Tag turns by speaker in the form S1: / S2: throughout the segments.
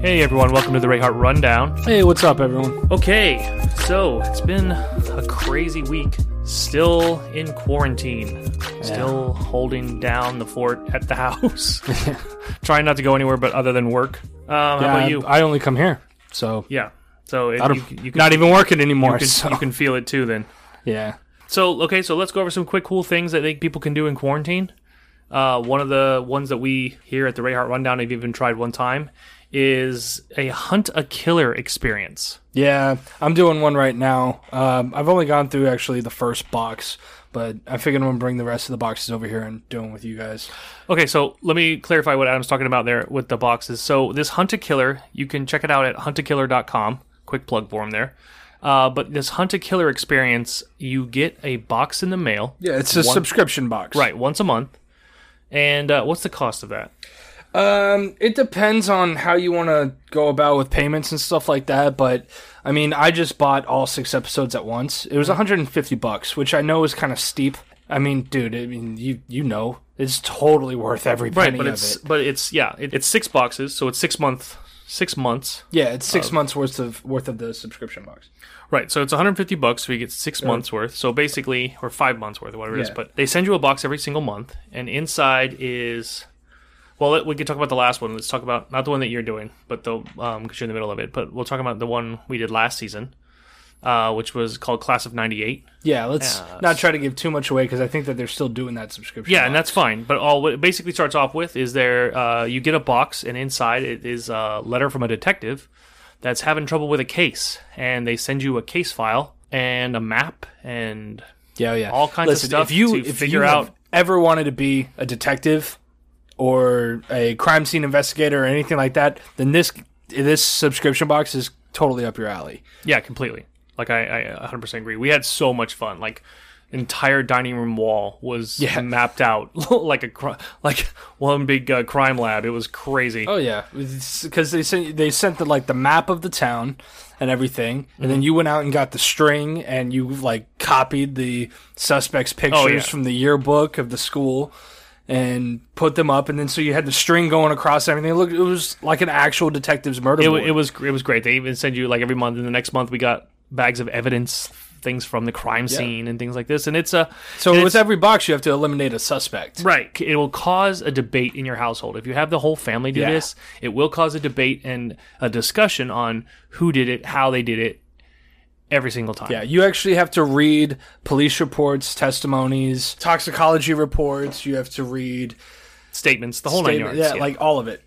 S1: Hey everyone, welcome to the Ray Hart Rundown.
S2: Hey, what's up, everyone?
S1: Okay, so it's been a crazy week. Still in quarantine, still holding down the fort at the house. Trying not to go anywhere but other than work. Um, how
S2: Yeah,
S1: about you?
S2: Uh, I only come here, so
S1: yeah. So if
S2: I don't,
S1: you, you can,
S2: not even working
S1: you
S2: anymore.
S1: can,
S2: so-
S1: you can feel it too then.
S2: yeah,
S1: So okay, so let's go over some quick cool things that I think people can do in quarantine. Uh, one of the ones that we here at the Ray Hart Rundown have even tried one time is a hunt a killer experience.
S2: yeah. I'm doing one right now. Um, I've only gone through actually the first box, but I figured I'm gonna bring the rest of the boxes over here and do them with you guys.
S1: Okay, so let me clarify what Adam's talking about there with the boxes. So this Hunt a Killer, you can check it out at huntakiller.com. Quick plug for him there. Uh, but this Hunt a Killer experience, you get a box in the mail,
S2: Yeah, it's a subscription box,
S1: right, once a month. And uh, what's the cost of that?
S2: Um, it depends on how you want to go about with payments and stuff like that. But I mean, I just bought all six episodes at once. It was 150 bucks, which I know is kind of steep. I mean, dude, I mean, you you know, it's totally worth every penny
S1: Right, but
S2: of
S1: it's
S2: it.
S1: but it's yeah, it, it's six boxes, so it's six month six months.
S2: Yeah, it's six months worth of worth of the subscription box.
S1: Right, so it's 150 bucks, so you get six months worth. So basically, or five months worth, whatever it is.
S2: Yeah.
S1: But they send you a box every single month, and inside is, well, let- we could talk about the last one. Let's talk about not the one that you're doing, but the um, because you're in the middle of it. But we'll talk about the one we did last season, uh, which was called Class of '98.
S2: Yeah, let's
S1: Yeah,
S2: not try to give too much away because I think that they're still doing that subscription.
S1: Yeah,
S2: box.
S1: and that's fine. But all what it basically starts off with is there uh, you get a box, and inside it is a letter from a detective that's having trouble with a case, and they send you a case file and a map and
S2: yeah, yeah,
S1: all kinds of stuff
S2: If you
S1: to
S2: if
S1: figure
S2: you have
S1: out-
S2: ever wanted to be a detective or a crime scene investigator or anything like that, then this this subscription box is totally up your alley.
S1: Yeah, completely. Like I, I 100% agree. We had so much fun. Like entire dining room wall was
S2: Yeah.
S1: mapped out like a cri- like one big uh, crime lab. It was crazy.
S2: Oh yeah, because they sent they sent the like the map of the town and everything, and then you went out and got the string and you like copied the suspects' pictures
S1: yeah.
S2: from the yearbook of the school and put them up, and then so you had the string going across everything. Look, it was like an actual detective's murder.
S1: It, wa-
S2: board.
S1: it was it was great. They even send you like every month and the next month we got bags of evidence, things from the crime scene and things like this and it's a
S2: so
S1: and
S2: with
S1: it's-
S2: every box, you have to eliminate a suspect.
S1: Right. It will cause a debate in your household. If you have the whole family do
S2: Yeah.
S1: this, it will cause a debate and a discussion on who did it, how they did it every single time.
S2: Yeah, you actually have to read police reports, testimonies, toxicology reports. You have to read
S1: Statements, the whole
S2: statement-
S1: nine yards.
S2: yeah, like all of it.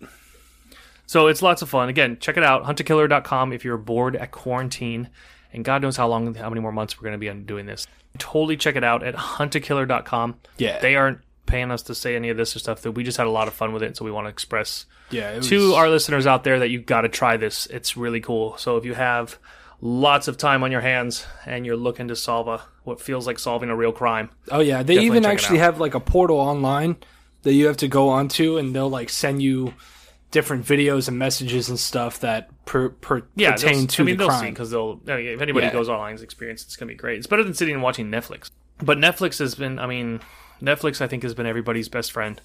S1: So it's lots of fun. Again, check it out, huntakiller.com if you're bored at quarantine. And God knows how long, how many more months we're going to be on doing this. Totally check it out at huntakiller.com.
S2: Yeah.
S1: They aren't paying us to say any of this or stuff. That we just had a lot of fun with it, so we want to express
S2: Yeah, it was,
S1: to our listeners out there that you've got to try this. It's really cool. So if you have lots of time on your hands and you're looking to solve a what feels like solving a real crime,
S2: Oh yeah, they even
S1: check it
S2: actually
S1: out.
S2: have like a portal online that you have to go onto, and they'll like send you different videos and messages and stuff that per, per,
S1: yeah, they'll-
S2: pertain to
S1: I mean,
S2: the
S1: they'll
S2: crime.
S1: because they'll. I mean, if anybody
S2: Yeah.
S1: goes online, experience it's gonna be great. It's better than sitting and watching Netflix. But Netflix has been. I mean, Netflix I think has been everybody's best friend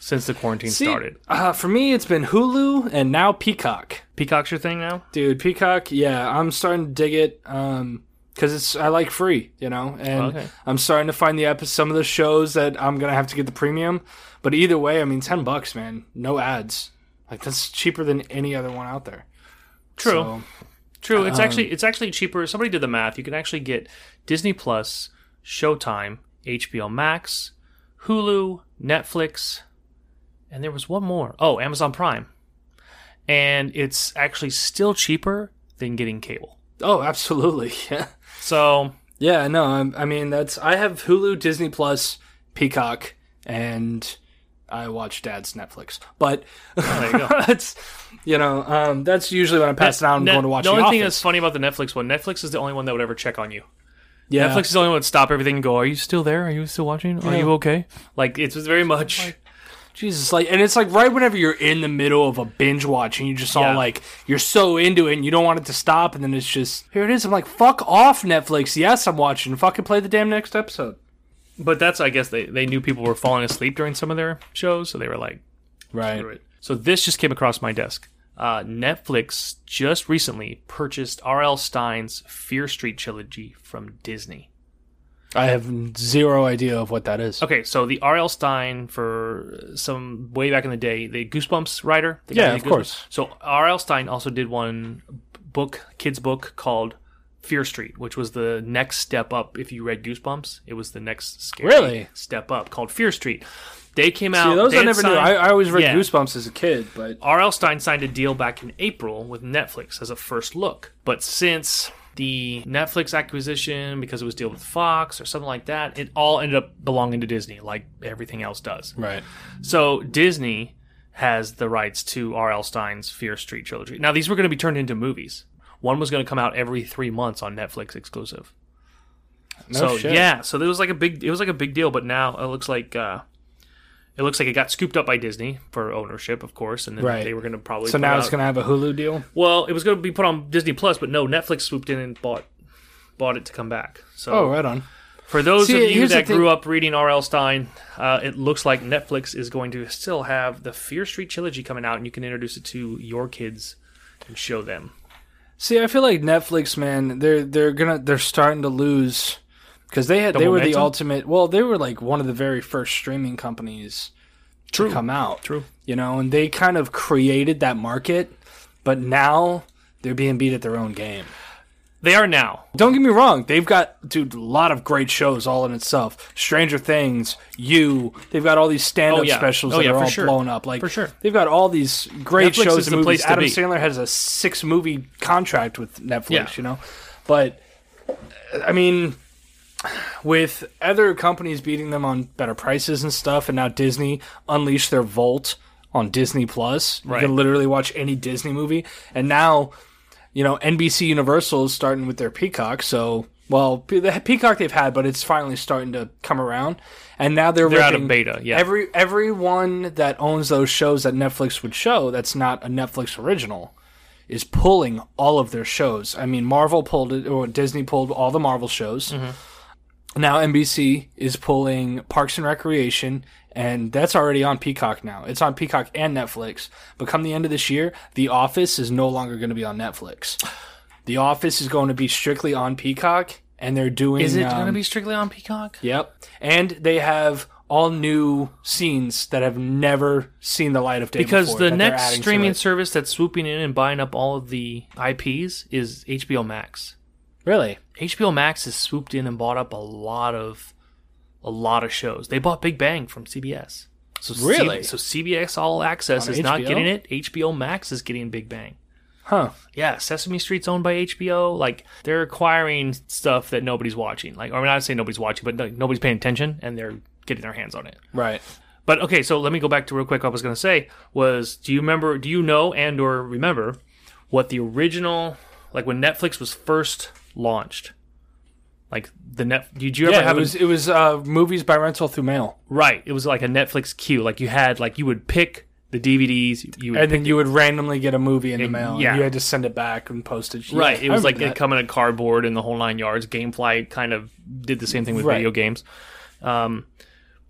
S1: since the quarantine
S2: See,
S1: started.
S2: Uh, for me, it's been Hulu and now Peacock.
S1: Peacock's your thing now.
S2: Dude, Peacock, yeah, I'm starting to dig it. Um 'cause because it's I like free, you know, and
S1: Oh, Okay.
S2: I'm starting to find the epi- some of the shows that I'm gonna have to get the premium. But either way, I mean, ten bucks, man, no ads. Like that's cheaper than any other one out there.
S1: True,
S2: So, um,
S1: true. It's actually it's actually cheaper. Somebody did the math. You can actually get Disney Plus, Showtime, HBO Max, Hulu, Netflix, and there was one more. Oh, Amazon Prime, and it's actually still cheaper than getting cable.
S2: oh, absolutely, yeah.
S1: So
S2: Yeah, no, I'm, I mean that's I have Hulu, Disney Plus, Peacock, and I watch Dad's Netflix. But
S1: there you go.
S2: that's you know um, that's usually when I'm passing out and
S1: Net-
S2: going to watch
S1: The
S2: The
S1: only thing
S2: Office.
S1: that's funny about the Netflix one, Netflix is the only one that would ever check on you.
S2: yeah.
S1: Netflix is the only one that would stop everything and go, "Are you still there? Are you still watching? Are you okay?" Like it's very much.
S2: Jesus, like, and it's like right whenever you're in the middle of a binge watch and you just all
S1: Yeah.
S2: like you're so into it and you don't want it to stop, and then it's just here it is. I'm like, fuck off, Netflix. Yes, I'm watching. Fucking play the damn next episode.
S1: But that's I guess they they knew people were falling asleep during some of their shows, so they were like,
S2: Right.
S1: "Screw it." "So this just came across my desk." uh, Netflix just recently purchased R.L. Stein's Fear Street trilogy from Disney.
S2: I have zero idea of what that is.
S1: Okay, so the R.L. Stein for some way back in the day, the Goosebumps writer. the guy
S2: Yeah,
S1: who
S2: of
S1: did Goosebumps.
S2: course.
S1: So R.L. Stein also did one book, kids book called Fear Street, which was the next step up. If you read Goosebumps, it was the next scary
S2: Really?
S1: step up called Fear Street. They came
S2: See,
S1: out.
S2: those
S1: they
S2: I
S1: had
S2: never knew.
S1: signed-
S2: I, I always read
S1: Yeah.
S2: Goosebumps as a kid, but
S1: R.L. Stein signed a deal back in April with Netflix as a first look. But since the Netflix acquisition, because it was deal with Fox or something like that, it all ended up belonging to Disney, like everything else does.
S2: right.
S1: So Disney has the rights to R.L. Stein's Fear Street trilogy. Now these were going to be turned into movies. One was going to come out every three months on Netflix exclusive.
S2: No
S1: so
S2: shit.
S1: yeah, so there was like a big it was like a big deal, but now it looks like uh, it looks like it got scooped up by Disney for ownership, of course, and then
S2: Right.
S1: they were going to probably
S2: So
S1: put
S2: now
S1: out-
S2: it's gonna have a Hulu deal.
S1: well, it was going to be put on Disney Plus, but no, Netflix swooped in and bought bought it to come back. So
S2: Oh, right on.
S1: for those
S2: See,
S1: of you
S2: here's the
S1: that
S2: thing-
S1: grew up reading R.L. Stein, uh, it looks like Netflix is going to still have the Fear Street trilogy coming out, and you can introduce it to your kids and show them.
S2: See, I feel like Netflix, man, they're they're gonna they're starting to lose because they had
S1: The
S2: they were the
S1: momentum?
S2: ultimate. Well, they were like one of the very first streaming companies
S1: True.
S2: to come out.
S1: True.
S2: you know, and they kind of created that market, but now they're being beat at their own game.
S1: They are now.
S2: Don't get me wrong, they've got dude a lot of great shows all in itself. Stranger Things, You, they've got all these stand-up
S1: Oh, yeah.
S2: specials
S1: Oh,
S2: that
S1: yeah,
S2: are
S1: for
S2: all
S1: sure.
S2: blown up. Like
S1: For sure.
S2: they've got all these great
S1: Netflix
S2: shows
S1: is
S2: and
S1: the
S2: movies.
S1: place to
S2: Adam
S1: be.
S2: Sandler has a six-movie contract with Netflix,
S1: Yeah.
S2: you know, but I mean. With other companies beating them on better prices and stuff, and now Disney unleashed their Volt on Disney Plus. You
S1: Right.
S2: can literally watch any Disney movie, and now you know NBC Universal is starting with their Peacock. So well, Pe- the Peacock they've had, but it's finally starting to come around, and now they're
S1: They're out of
S2: ripping
S1: beta, yeah.
S2: every everyone that owns those shows that Netflix would show that's not a Netflix original is pulling all of their shows. I mean, Marvel pulled it, or Disney pulled all the Marvel shows. Now NBC is pulling Parks and Recreation, and that's already on Peacock now. It's on Peacock and Netflix. But come the end of this year, The Office is no longer going to be on Netflix. The Office is going to be strictly on Peacock, and they're doing.
S1: Is it
S2: um,
S1: going to be strictly on Peacock?
S2: Yep. And they have all new scenes that have never seen the light of day
S1: Because
S2: before
S1: the
S2: that they're
S1: next
S2: adding to
S1: streaming
S2: it.
S1: service that's swooping in and buying up all of the IPs is HBO Max.
S2: really
S1: HBO Max has swooped in and bought up a lot of a lot of shows. They bought Big Bang from CBS. So C-
S2: Really?
S1: so CBS All Access
S2: On
S1: is not
S2: HBO?
S1: getting it. HBO Max is getting Big Bang.
S2: huh
S1: Yeah, Sesame Street's owned by HBO. Like they're acquiring stuff that nobody's watching. Like, I mean, I say nobody's watching, but like, nobody's paying attention, and they're getting their hands on it.
S2: right
S1: But okay, so let me go back to real quick. What I was going to say was, do you remember? Do you know and or remember what the original, like when Netflix was first launched? Like the net, did you ever
S2: yeah it
S1: have a-
S2: was it was uh, movies by rental through mail
S1: right? It was like a Netflix queue. Like you had, like you would pick the DVDs. You would,
S2: and then you would randomly get a movie in the mail and
S1: yeah.
S2: you had to send it back and postage Yeah,
S1: right.
S2: I
S1: It was like
S2: remember
S1: they
S2: that.
S1: come in a cardboard and the whole nine yards. GameFly kind of did the same thing with
S2: Right.
S1: video games. Um,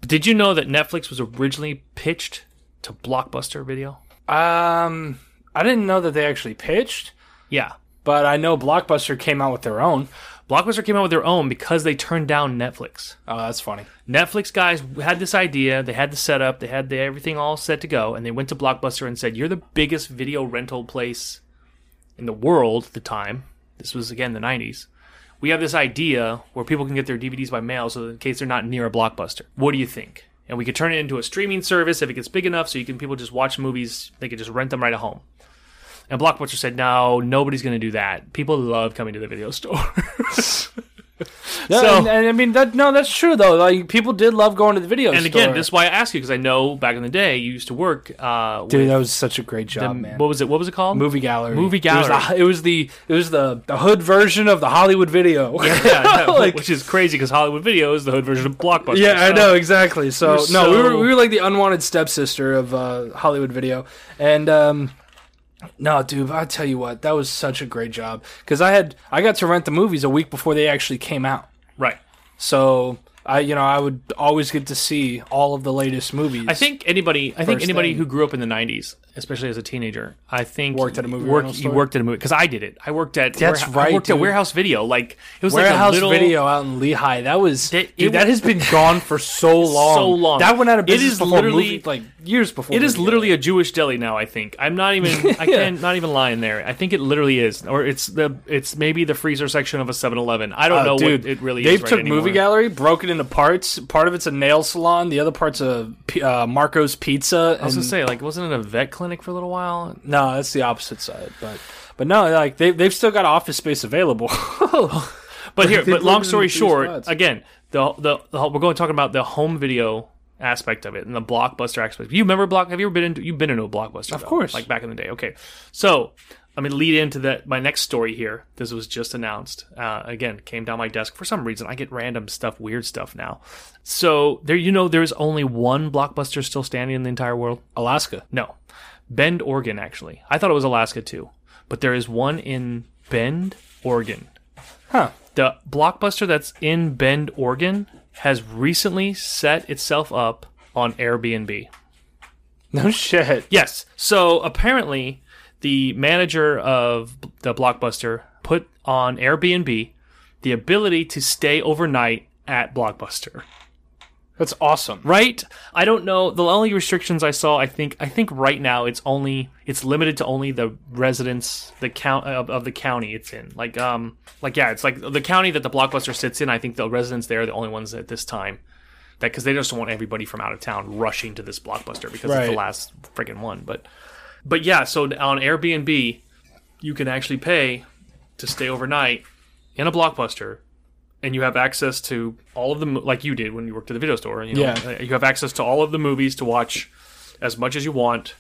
S1: but did you know that Netflix was originally pitched to Blockbuster Video?
S2: um i didn't know that they actually pitched
S1: Yeah.
S2: but i know blockbuster came out with their own
S1: Blockbuster came out with their own because they turned down Netflix.
S2: oh that's funny
S1: Netflix guys had this idea, they had the setup, they had the, everything all set to go, and they went to Blockbuster and said, "You're the biggest video rental place in the world at the time." This was again the '90s. We have this idea where people can get their DVDs by mail, so in case they're not near a Blockbuster. What do you think? And we could turn it into a streaming service if it gets big enough, so you can people just watch movies. They could just rent them right at home. And Blockbuster said, "No, nobody's going to do that. People love coming to the video store."
S2: no,
S1: So-
S2: and, and i mean that no that's true though like people did love going to the video
S1: and
S2: store.
S1: again, this is why I ask you because I know back in the day you used to work. Uh, with
S2: dude that was such a great job
S1: Um,
S2: Oh, man
S1: What was it? What was it called?
S2: movie gallery.
S1: Movie
S2: It was the
S1: gallery.
S2: it was the, it was the, the hood version of the Hollywood video. Yeah,
S1: Yeah, no,
S2: Like-
S1: which is crazy because Hollywood Video is the hood version of Blockbuster.
S2: I
S1: so-
S2: know exactly. So
S1: We're
S2: no, we were
S1: so-
S2: we were like the unwanted stepsister of uh, Hollywood video, and um, no, dude, I tell you what, that was such a great job because I had I got to rent the movies a week before they actually came out,
S1: Right.
S2: so. I you know I would always get to see all of the latest movies.
S1: I think anybody. I think
S2: First
S1: anybody
S2: thing.
S1: who grew up in the '90s especially as a teenager. I think
S2: Worked at a movie
S1: work-
S2: rental
S1: you
S2: store?
S1: worked at a movie because I did it. I worked at
S2: That's
S1: wareha-
S2: right,
S1: I worked
S2: dude.
S1: at warehouse video. Like it was like a
S2: Warehouse
S1: little
S2: video out in Lehigh. That was
S1: That- it
S2: dude, that
S1: wa-
S2: has been gone for so long.
S1: So long.
S2: That went out of
S1: It
S2: business
S1: is
S2: before
S1: literally-
S2: movie, like years before.
S1: It is
S2: movie.
S1: literally a Jewish deli now. I think I'm not even. I can't not even lying there. I think it literally is, or it's the it's maybe the freezer section of a 7-Eleven. I don't
S2: Oh,
S1: know
S2: dude,
S1: what it really
S2: they
S1: is.
S2: took
S1: right
S2: movie
S1: anymore.
S2: gallery, broke it into parts. Part of it's a nail salon. The other part's a p- uh, Marco's Pizza.
S1: I was
S2: and-
S1: gonna say like wasn't it a vet clinic for a little while?
S2: no, that's the opposite side. But but no, like they they've still got office space available.
S1: But here,
S2: They
S1: but
S2: put it
S1: long
S2: in
S1: story
S2: three
S1: short,
S2: spots.
S1: again, the, the the we're going to talk about the home video aspect of it and the blockbuster aspect. You remember block? Have you ever been into? You've been into a blockbuster? Of
S2: course.
S1: like back in the day. Okay, so I'm gonna lead into that my next story here. This was just announced. Uh, again, came down my desk for some reason. I get random stuff, weird stuff now. So there, you know, there's only one blockbuster still standing in the entire world.
S2: Alaska.
S1: No. Bend, Oregon, actually. I thought it was Alaska too, but there is one in Bend, Oregon.
S2: Huh.
S1: The blockbuster that's in Bend, Oregon has recently set itself up on Airbnb.
S2: No shit.
S1: Yes. So apparently, the manager of the blockbuster put on Airbnb the ability to stay overnight at blockbuster
S2: That's awesome.
S1: Um, right i don't know the only restrictions i saw i think i think right now it's only it's limited to only the residents the count of, of the county it's in like um like yeah it's like the county that the blockbuster sits in i think the residents there are the only ones at this time that because they just don't want everybody from out of town rushing to this blockbuster because it's the
S2: Right.
S1: last freaking one but but yeah so on airbnb you can actually pay to stay overnight in a blockbuster and you have access to all of the mo- like you did when you worked at the video store you know Uh,
S2: Yeah.
S1: you have access to all of the movies to watch as much as you want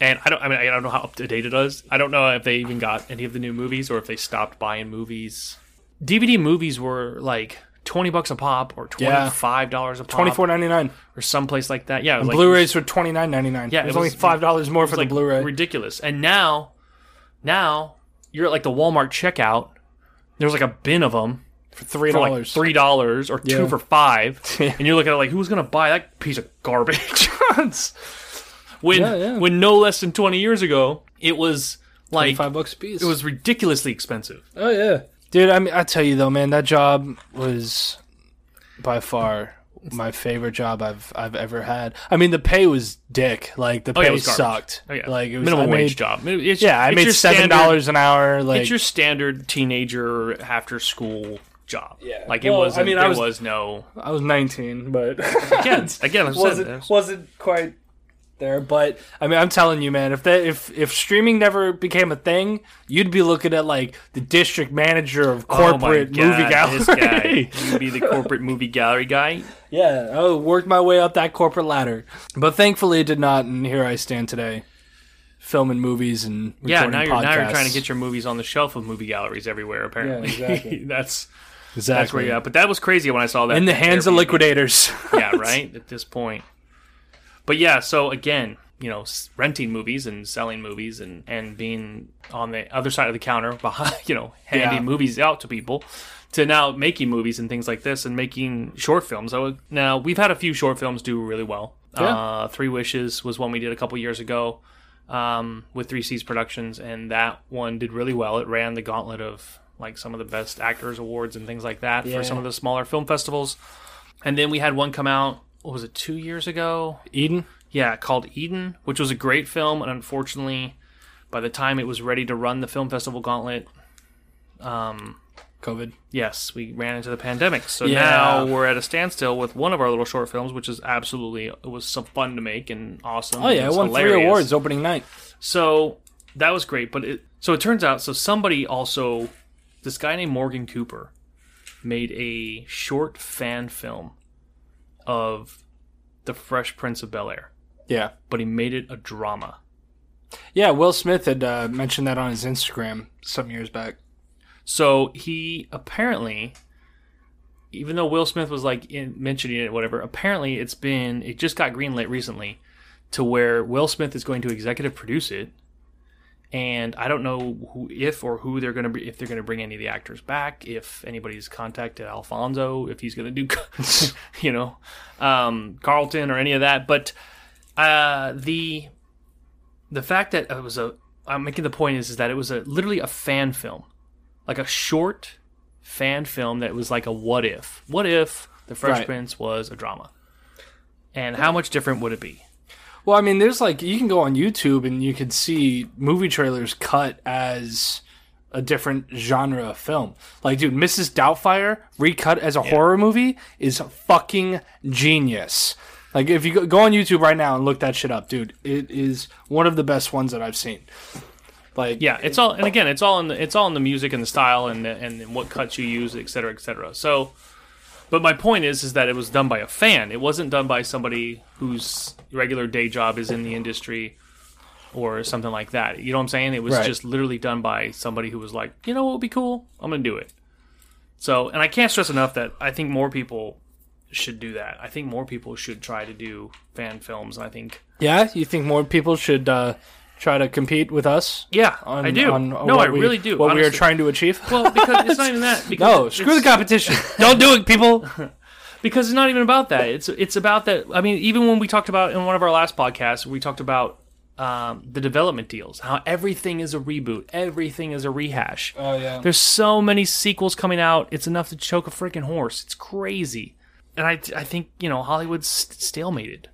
S1: and i don't i mean i don't know how up to date it is i don't know if they even got any of the new movies or if they stopped buying movies dvd movies were like 20 bucks a pop or
S2: Yeah.
S1: $25 a pop
S2: Twenty four ninety nine.
S1: or someplace like that yeah it was like-
S2: Blu-rays were twenty nine ninety nine.
S1: Yeah,
S2: it was,
S1: it
S2: only
S1: was-
S2: five dollars more for
S1: like
S2: the Blu-ray.
S1: ridiculous. And now, now you're at like the Walmart checkout. There's like a bin of them
S2: for three
S1: for like
S2: dollars.
S1: three dollars or two
S2: Yeah.
S1: for five,
S2: Yeah.
S1: and you're looking at it like who's gonna buy that piece of garbage? when
S2: Yeah, yeah.
S1: when no less than twenty years ago it was like
S2: five bucks a piece.
S1: it was ridiculously expensive.
S2: Oh yeah, dude. I mean, I tell you though, man, that job was by far my favorite job I've I've ever had. I mean, the pay was dick. Like the pay
S1: yeah, it was garbage.
S2: sucked.
S1: Oh, yeah.
S2: Like it was
S1: minimum
S2: I made,
S1: wage job. It's-
S2: Yeah, I
S1: it's
S2: made
S1: your
S2: seven
S1: standard-
S2: dollars an hour. Like
S1: It's your standard teenager after school job.
S2: Yeah.
S1: like it
S2: Well,
S1: was.
S2: I mean, I
S1: there
S2: was-
S1: was no.
S2: I was nineteen, but
S1: Again, again, I'm saying
S2: wasn't
S1: there's-
S2: wasn't quite there. But I mean, I'm telling you, man, if that if if streaming never became a thing, you'd be looking at like the district manager of corporate
S1: Oh my
S2: movie
S1: God,
S2: gallery.
S1: this guy. He'd be the corporate movie gallery guy.
S2: Yeah, I worked my way up that corporate ladder, but thankfully it did not, and here I stand today, filming movies and
S1: Yeah,
S2: recording
S1: now you're now you're trying to
S2: podcasts.
S1: get your movies on the shelf of movie galleries everywhere. Apparently,
S2: exactly.
S1: that's
S2: exactly
S1: that's where you're at. But that was crazy when I saw that
S2: in the hands of
S1: Airbnb.
S2: liquidators.
S1: yeah, right. At this point, but yeah. So again, you know, s- renting movies and selling movies and and being on the other side of the counter behind, you know, handing
S2: Yeah.
S1: movies out to people. To now making movies and things like this and making short films. I would, now we've had a few short films do really well.
S2: Yeah.
S1: Uh, Three Wishes was one we did a couple years ago um, with Three C's Productions, and that one did really well. It ran the gauntlet of like some of the best actors awards and things like that
S2: Yeah.
S1: for some of the smaller film festivals. And then we had one come out. What was it? Two years ago?
S2: Eden,
S1: Yeah, called Eden, which was a great film, and unfortunately, by the time it was ready to run the film festival gauntlet,
S2: COVID.
S1: yes, we ran into the pandemic. So
S2: Yeah.
S1: now we're at a standstill with one of our little short films, which is absolutely it was so fun to make and awesome.
S2: Oh yeah, I won three awards opening night.
S1: So that was great. But it, so it turns out, so somebody also, this guy named Morgan Cooper, made a short fan film of the Fresh Prince of Bel Air,
S2: Yeah,
S1: but he made it a drama.
S2: yeah. Will Smith had uh, mentioned that on his Instagram some years back.
S1: So he apparently, even though Will Smith was like in, mentioning it, whatever, apparently it's been, it just got greenlit recently to where Will Smith is going to executive produce it. And I don't know who, if or who they're going to be, if they're going to bring any of the actors back, if anybody's contacted Alfonso, if he's going to do, you know, um, Carlton or any of that. But uh, the the fact that it was a I'm making the point is, is that it was a literally a fan film, like a short fan film that was like a what if? What if the Fresh
S2: Right.
S1: Prince was a drama? And how much different would it be?
S2: Well, I mean, there's like you can go on YouTube and you can see movie trailers cut as a different genre of film. Like, dude, Mrs. Doubtfire recut as a horror movie is fucking genius. Like, if you go, go on YouTube right now and look that shit up, dude, it is one of the best ones that I've seen. Like,
S1: Yeah, it's all and again, it's all in the it's all in the music and the style and the, and what cuts you use, et cetera, et cetera. So, but my point is, is that it was done by a fan. It wasn't done by somebody whose regular day job is in the industry or something like that. You know what I'm saying? It was
S2: Right.
S1: just literally done by somebody who was like, you know what would be cool? I'm gonna do it. So, and I can't stress enough that I think more people should do that. I think more people should try to do fan films. And I think,
S2: yeah, you think more people should uh, try to compete with us?
S1: yeah,
S2: On,
S1: I do.
S2: On
S1: no, I
S2: what we-
S1: really do.
S2: What we are
S1: honestly.
S2: trying to achieve?
S1: Well, because it's not even that. Because
S2: no, screw the
S1: it's-
S2: competition. Don't do it, people.
S1: Because it's not even about that. It's it's about that. I mean, even when we talked about in one of our last podcasts, we talked about um, the development deals. How everything is a reboot. Everything is a rehash.
S2: Oh yeah.
S1: There's so many sequels coming out. It's enough to choke a freaking horse. It's crazy. And I I think you know Hollywood's st- stalemated.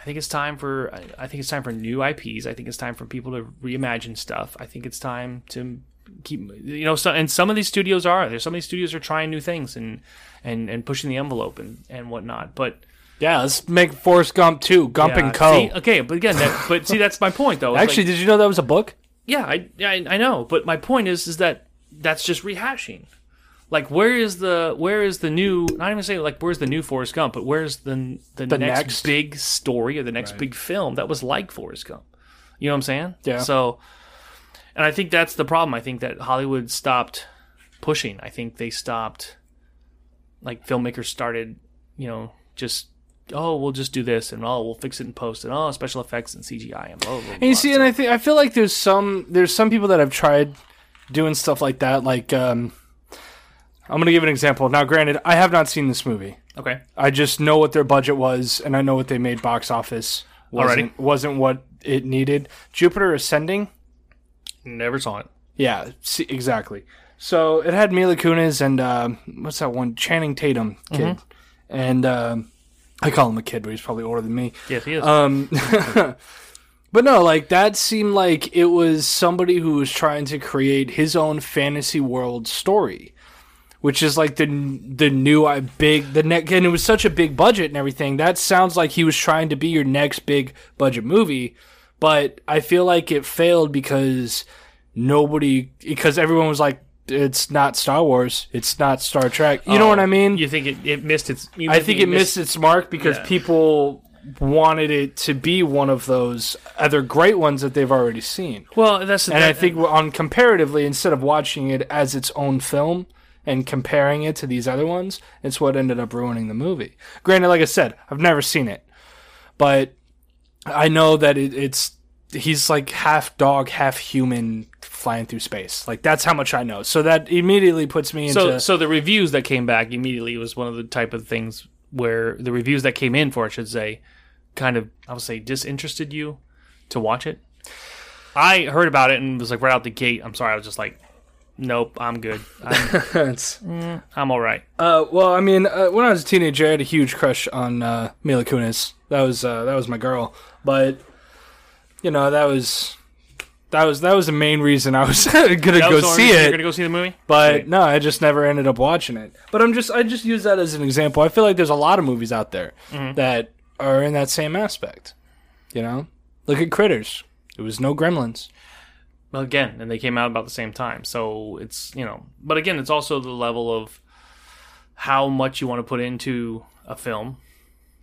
S1: I think it's time for I- I think it's time for new IPs. I think it's time for people to reimagine stuff. I think it's time to keep you know so, and some of these studios are there's some of these studios are trying new things and and and pushing the envelope and and whatnot. But
S2: Yeah, let's make Forrest Gump 2, Gump
S1: uh,
S2: and Co.
S1: see, okay, but again, that, but see that's my point though. It's like-
S2: Actually, did you know that was a book?
S1: yeah, I, I I know, but my point is is that that's just rehashing. Like, where is the where is the new? Not even say like where's the new Forrest Gump, but where's the the, next,
S2: next.
S1: big story or the next big film that was like Forrest Gump? You know what I'm saying?
S2: Yeah.
S1: So, and I think that's the problem. I think that Hollywood stopped pushing. I think they stopped. Like filmmakers started, you know, just oh we'll just do this and oh we'll fix it in post and oh special effects and CGI and blah blah. blah
S2: And you see, and I think I feel like there's some there's some people that have tried doing stuff like that. Like, um, I'm gonna give an example. Now, granted, I have not seen this movie.
S1: okay.
S2: I just know what their budget was, and I know what they made box office. Wasn't, wasn't what it needed. Jupiter Ascending.
S1: Never saw it.
S2: Yeah, see, exactly. So it had Mila Kunis and um what's that one? Channing Tatum kid, and um I call him a kid, but he's probably older than me.
S1: Yes, he is.
S2: Um, but no, like that seemed like it was somebody who was trying to create his own fantasy world story, which is like the the new I big the next and it was such a big budget and everything. That sounds like he was trying to be your next big budget movie, but I feel like it failed because nobody because everyone was like. It's not Star Wars. It's not Star Trek. You know what I mean?
S1: You think it, it missed its? you
S2: I think it missed its mark because
S1: Yeah.
S2: people wanted it to be one of those other great ones that they've already seen.
S1: Well, that's the
S2: And I
S1: thing.
S2: think we're on comparatively, instead of watching it as its own film and comparing it to these other ones, it's what ended up ruining the movie. Granted, like I said, I've never seen it, but I know that it, it's he's like half dog, half human flying through space. Like that's how much I know. So that immediately puts me into
S1: so. So the reviews that came back immediately was one of the type of things where the reviews that came in for, I should say, kind of I would say disinterested you to watch it. I heard about it and was like right out the gate. I'm sorry, I was just like, nope, I'm good. I'm, I'm all right.
S2: Uh, well, I mean, uh, when I was a teenager, I had a huge crush on uh, Mila Kunis. That was uh, that was my girl. But you know, that was that was that was the main reason I was gonna
S1: That
S2: go
S1: was the only
S2: see
S1: reason You're
S2: it.
S1: gonna go see the movie.
S2: But
S1: Right.
S2: no, I just never ended up watching it. But I'm just I just use that as an example. I feel like there's a lot of movies out there
S1: Mm-hmm.
S2: that are in that same aspect. You know, look at Critters. It was no Gremlins.
S1: Well, again, and they came out about the same time. So it's, you know, but again, it's also the level of how much you want to put into a film.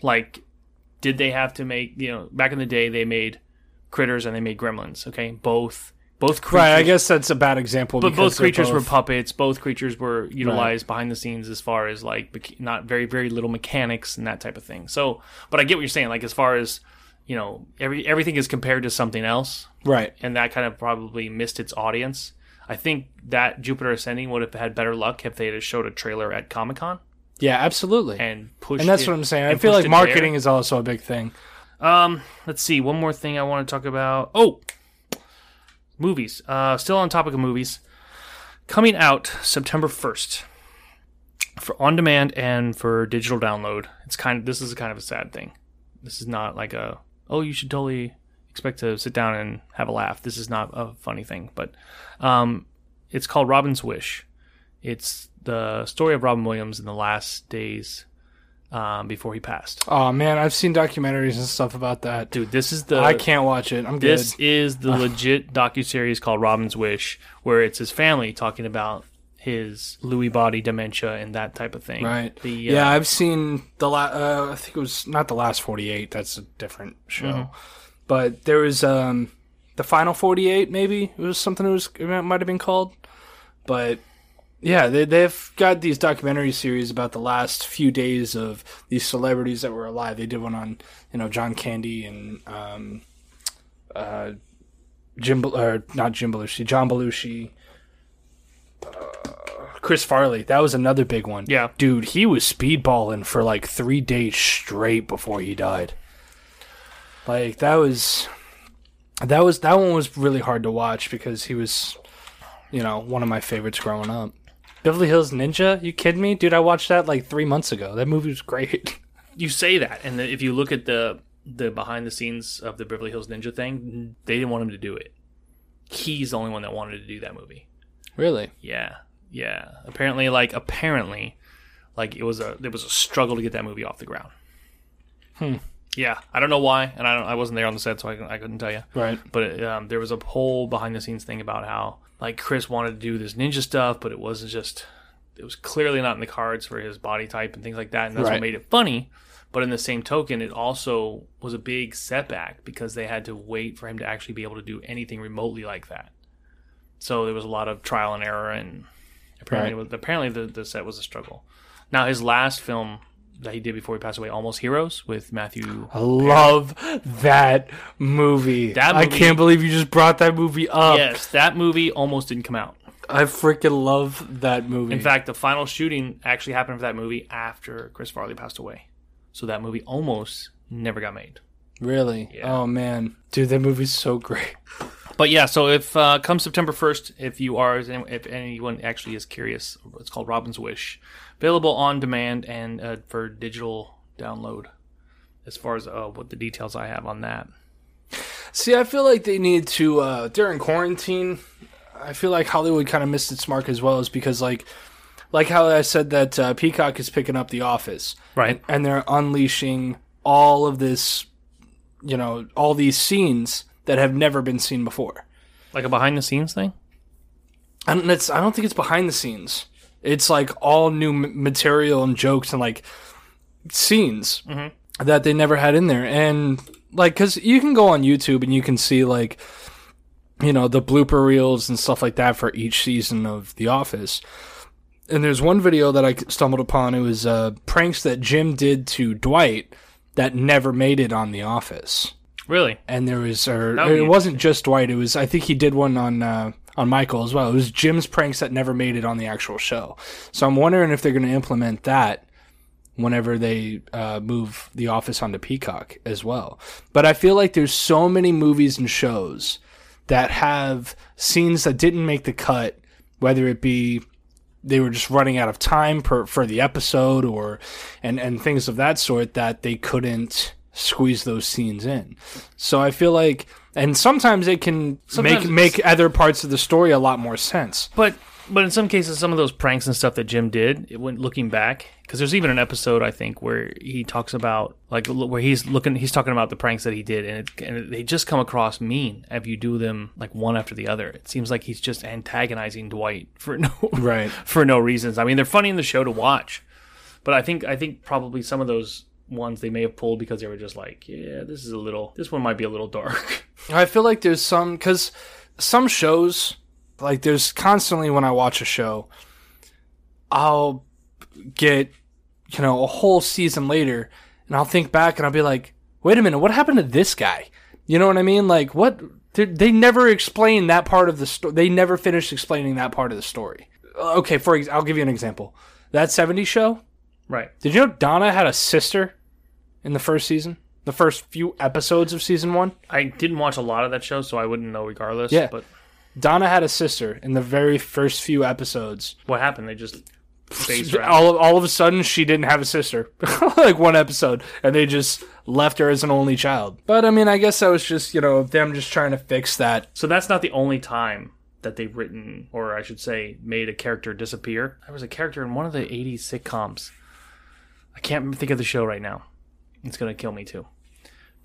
S1: Like, did they have to make, you know, back in the day, they made Critters and they made Gremlins, okay? Both, both creatures.
S2: Right. I guess that's a bad example.
S1: But
S2: because
S1: both
S2: they're
S1: creatures were
S2: both-
S1: puppets. Both creatures were utilized behind the scenes as far as like mech- not very very little mechanics and that type of thing. So, but I get what you're saying. Like as far as you know, every everything is compared to something else
S2: right.
S1: and that kind of probably missed its audience. I think that Jupiter Ascending would have had better luck if they had showed a trailer at Comic Con
S2: Yeah, absolutely.
S1: and pushed.
S2: and that's
S1: it-
S2: what I'm saying. I
S1: and
S2: feel
S1: pushed
S2: like
S1: it there.
S2: marketing is also a big thing.
S1: Um, let's see. One more thing I want to talk about. Oh, movies. Uh, still on topic of movies. Coming out September first for on demand and for digital download. It's kind of this is kind of a sad thing. This is not like a oh you should totally expect to sit down and have a laugh. This is not a funny thing, but um, it's called Robin's Wish. It's the story of Robin Williams in the last days um, before he passed.
S2: Oh man, I've seen documentaries and stuff about that.
S1: Dude, this is the
S2: I can't watch it. I'm
S1: this
S2: good.
S1: is the legit docuseries called Robin's Wish, where it's his family talking about his Lewy body dementia and that type of thing.
S2: Right.
S1: The, uh,
S2: yeah, I've seen the la- uh, I think it was not the last 48. That's a different show.
S1: Mm-hmm.
S2: But there was um the final 48 maybe. It was something it was it might have been called. But yeah, they they've got these documentary series about the last few days of these celebrities that were alive. They did one on, you know, John Candy and um uh Jim Bel- or not Jim Belushi, John Belushi. Uh, Chris Farley, that was another big one.
S1: Yeah.
S2: Dude, he was speedballing for like three days straight before he died. Like that was that was that one was really hard to watch because he was you know, one of my favorites growing up. Beverly Hills Ninja, you kidding me? Dude, I watched that like three months ago. That movie was great.
S1: you say that, and if you look at the the behind the scenes of the Beverly Hills Ninja thing, they didn't want him to do it. He's the only one that wanted to do that movie.
S2: Really?
S1: Yeah, yeah. Apparently, like apparently, like it was a there was a struggle to get that movie off the ground. Hmm. Yeah, I don't know why, and I don't. I wasn't there on the set, so I, couldn't- I couldn't tell you.
S2: Right.
S1: But um, there was a whole behind the scenes thing about how like Chris wanted to do this ninja stuff, but it wasn't just. It was clearly not in the cards for his body type and things like that, and that's what
S2: Right.
S1: made it funny. But in the same token, it also was a big setback because they had to wait for him to actually be able to do anything remotely like that. So there was a lot of trial and error, and apparently,
S2: Right.
S1: it was, apparently the, the set was a struggle. Now his last film that he did before he passed away, Almost Heroes, with Matthew.
S2: I love that movie.
S1: That
S2: I
S1: movie-
S2: can't believe you just brought that movie up.
S1: Yes, that movie almost didn't come out.
S2: I freaking love that movie.
S1: In fact, the final shooting actually happened for that movie after Chris Farley passed away. So that movie almost never got made.
S2: really?
S1: Yeah.
S2: Oh man. Dude, that movie's so great.
S1: But yeah, so if uh, come September 1st, if you are, if anyone actually is curious, it's called Robin's Wish. Available on demand and uh, for digital download, as far as uh, what the details I have on that.
S2: See, I feel like they need to uh, during quarantine. I feel like Hollywood kind of missed its mark as well, is because like, like how I said that uh, Peacock is picking up The Office,
S1: Right.
S2: and they're unleashing all of this, you know, all these scenes that have never been seen before.
S1: Like a behind the scenes thing?
S2: And it's I don't think it's behind the scenes. It's like all new m- material and jokes and like scenes that they never had in there. And like, cause you can go on YouTube and you can see like, you know, the blooper reels and stuff like that for each season of The Office. And there's one video that I stumbled upon. It was uh, pranks that Jim did to Dwight that never made it on The Office
S1: Really?
S2: and there was or
S1: That would be
S2: it wasn't just Dwight. It was I think he did one on uh, on Michael as well. It was Jim's pranks that never made it on the actual show. So I'm wondering if they're going to implement that whenever they uh, move The Office onto Peacock as well. But I feel like there's so many movies and shows that have scenes that didn't make the cut, whether it be they were just running out of time per, for the episode or and and things of that sort that they couldn't squeeze those scenes in. So I feel like and sometimes it can
S1: Sometimes it's-
S2: make make other parts of the story a lot more sense.
S1: But but in some cases, some of those pranks and stuff that Jim did, it went looking back because there's even an episode I think where he talks about like l- where he's looking, he's talking about the pranks that he did, and it, and they just come across mean if you do them like one after the other. It seems like he's just antagonizing Dwight for no
S2: Right.
S1: for no reasons. I mean, they're funny in the show to watch, but I think I think probably some of those ones they may have pulled because they were just like, yeah, this is a little, this one might be a little dark.
S2: I feel like there's some because some shows like there's constantly when I watch a show, I'll get you know a whole season later, and I'll think back and I'll be like, wait a minute, what happened to this guy? You know what I mean? Like what they- they never explain that part of the story. They never finished explaining that part of the story. Uh, Okay, for ex- I'll give you an example. That '70s show.
S1: right.
S2: Did you know Donna had a sister in the first season? the first few episodes of season one.
S1: I didn't watch a lot of that show, so I wouldn't know regardless.
S2: Yeah.
S1: But
S2: Donna had a sister in the very first few episodes.
S1: what happened? They just phased her out.
S2: All of, all of a sudden, she didn't have a sister. like one episode, and they just left her as an only child. But I mean, I guess that was just you know them just trying to fix that.
S1: So that's not the only time that they've written, or I should say, made a character disappear. There was a character in one of the 80s sitcoms. I can't think of the show right now. It's going to kill me too.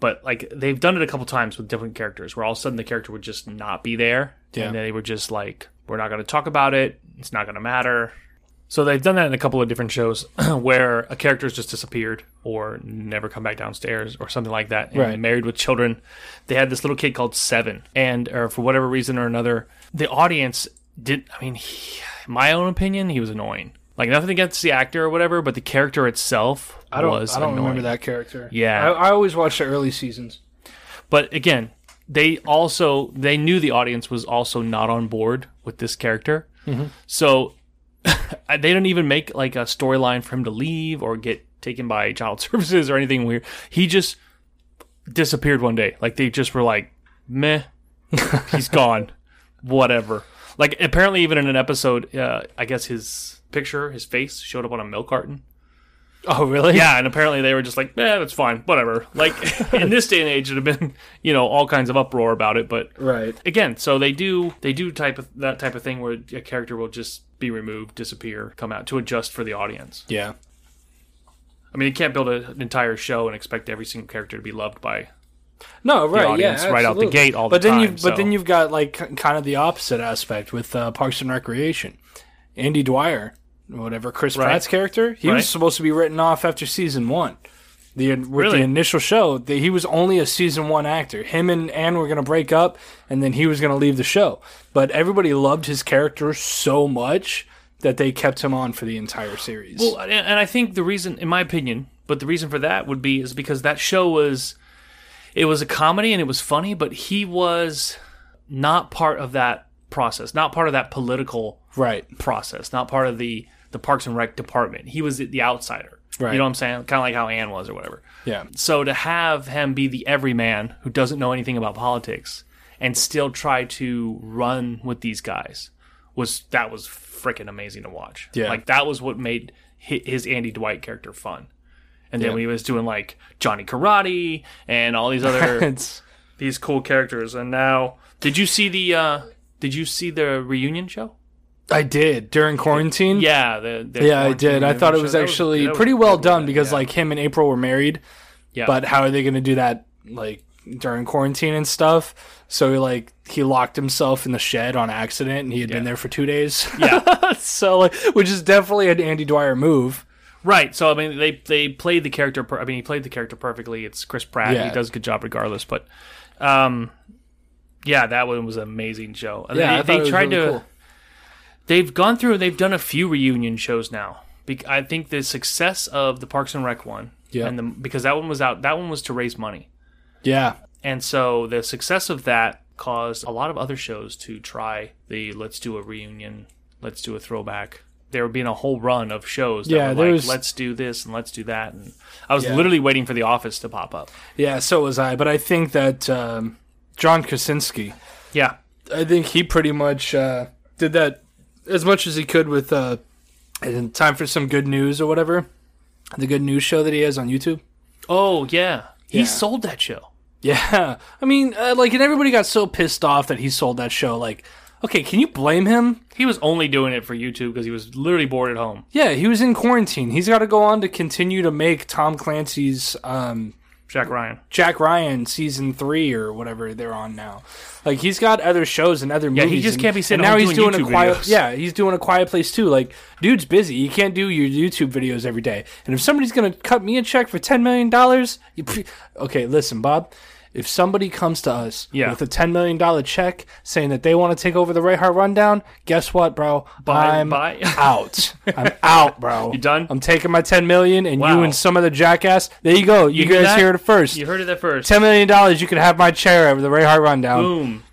S1: But like they've done it a couple times with different characters where all of a sudden the character would just not be there.
S2: Yeah.
S1: And they were just like, we're not going to talk about it. It's not going to matter. So they've done that in a couple of different shows where a character's just disappeared or never come back downstairs or something like that. And
S2: Right.
S1: Married with Children, they had this little kid called Seven, and or for whatever reason or another, the audience did. I mean, he, in my own opinion, he was annoying. Like nothing against the actor or whatever, but the character itself
S2: I don't,
S1: was
S2: I don't
S1: annoying.
S2: remember that character.
S1: Yeah.
S2: I, I always watch the early seasons.
S1: But again, they also they knew the audience was also not on board with this character, so they didn't even make like a storyline for him to leave or get taken by child services or anything weird. He just disappeared one day. Like they just were like, meh, he's gone, whatever. Like apparently, even in an episode, uh, I guess his picture, his face showed up on a milk carton.
S2: Oh really?
S1: Yeah, and apparently they were just like, "Yeah, that's fine, whatever." Like in this day and age, it'd have been you know all kinds of uproar about it. But
S2: Right.
S1: again, so they do they do type of that type of thing where a character will just be removed, disappear, come out to adjust for the audience.
S2: Yeah.
S1: I mean, you can't build a, an entire show and expect every single character to be loved by.
S2: No, right,
S1: audience
S2: yeah,
S1: right out the
S2: absolutely.
S1: gate all the
S2: but then
S1: time,
S2: You've,
S1: so-
S2: But then you've got like k- kind of the opposite aspect with uh, Parks and Recreation. Andy Dwyer, whatever Chris Pratt's character, he
S1: Right.
S2: was supposed to be written off after season one. The with
S1: Really?
S2: the initial show, that he was only a season one actor. Him and Anne were going to break up, and then he was going to leave the show. But everybody loved his character so much that they kept him on for the entire series.
S1: Well, and and I think the reason, in my opinion, but the reason for that would be is because that show was, it was a comedy and it was funny, but he was not part of that process, not part of that political
S2: right,
S1: process, not part of the the Parks and Rec department. He was the outsider.
S2: Right.
S1: You know what I'm saying? Kind of like how Ann was or whatever.
S2: yeah,
S1: So to have him be the everyman who doesn't know anything about politics and still try to run with these guys was that was freaking amazing to watch.
S2: Yeah.
S1: Like that was what made hi- his Andy Dwight character fun. And then
S2: Yeah.
S1: when he was doing like Johnny Karate and all these other
S2: it's
S1: these cool characters and now did you see the uh did you see the reunion show?
S2: I did during quarantine.
S1: Yeah, the, the
S2: Yeah, I
S1: quarantine
S2: did. I thought it
S1: show.
S2: was
S1: That
S2: actually
S1: that was
S2: pretty well
S1: good.
S2: done because
S1: Yeah.
S2: like him and April were married,
S1: yeah.
S2: but how are they going to do that like during quarantine and stuff? So like he locked himself in the shed on accident and he had been
S1: Yeah.
S2: there for 2 days.
S1: yeah,
S2: so like which is definitely an Andy Dwyer move.
S1: right. So I mean, they they played the character. Per- I mean, he played the character perfectly. It's Chris Pratt.
S2: Yeah.
S1: He does a good job regardless. But, um, yeah, that one was an amazing show. And
S2: Yeah,
S1: they,
S2: I thought it
S1: they
S2: was
S1: tried
S2: really
S1: to.
S2: cool.
S1: They've gone through. They've done a few reunion shows now. Bec I think the success of the Parks and Rec one,
S2: Yeah.
S1: and the, because that one was out. That one was to raise money.
S2: Yeah.
S1: And so the success of that caused a lot of other shows to try the let's do a reunion, let's do a throwback. There would be a whole run of shows that
S2: Yeah,
S1: were
S2: there
S1: like,
S2: was-
S1: let's do this and let's do that. And I was literally waiting for The Office to pop up.
S2: Yeah, so was I, but I think that um, John Krasinski,
S1: Yeah.
S2: I think he pretty much uh, did that as much as he could with uh, in time for some good news or whatever. The good news show that he has on YouTube.
S1: Oh, yeah. He
S2: Yeah.
S1: sold that show.
S2: Yeah, I mean, uh, like, and everybody got so pissed off that he sold that show. Like, okay, can you blame him?
S1: He was only doing it for YouTube because he was literally bored at home.
S2: Yeah, he was in quarantine. He's got to go on to continue to make Tom Clancy's um,
S1: Jack Ryan.
S2: Jack Ryan season three or whatever they're on now. Like, he's got other shows and other
S1: he
S2: movies.
S1: just
S2: and-
S1: can't be sitting
S2: and now
S1: home
S2: he's
S1: doing
S2: doing a
S1: YouTube
S2: quiet.
S1: videos.
S2: Yeah, he's doing a quiet place too. Like, dude's busy. You can't do your YouTube videos every day. And if somebody's gonna cut me a check for ten million dollars, you pre- okay, listen, Bob. If somebody comes to us
S1: Yeah.
S2: with a ten million dollar check saying that they want to take over the Ray Hart Rundown, guess what, bro?
S1: Bye-
S2: I'm
S1: bye.
S2: out. I'm out, bro. You
S1: done?
S2: I'm taking my ten million, and
S1: Wow.
S2: you and some other jackass. There you go. You,
S1: You hear
S2: guys
S1: that?
S2: hear it first.
S1: You heard it at first.
S2: Ten million dollars, you can have my chair over the Ray Hart Rundown.
S1: Boom.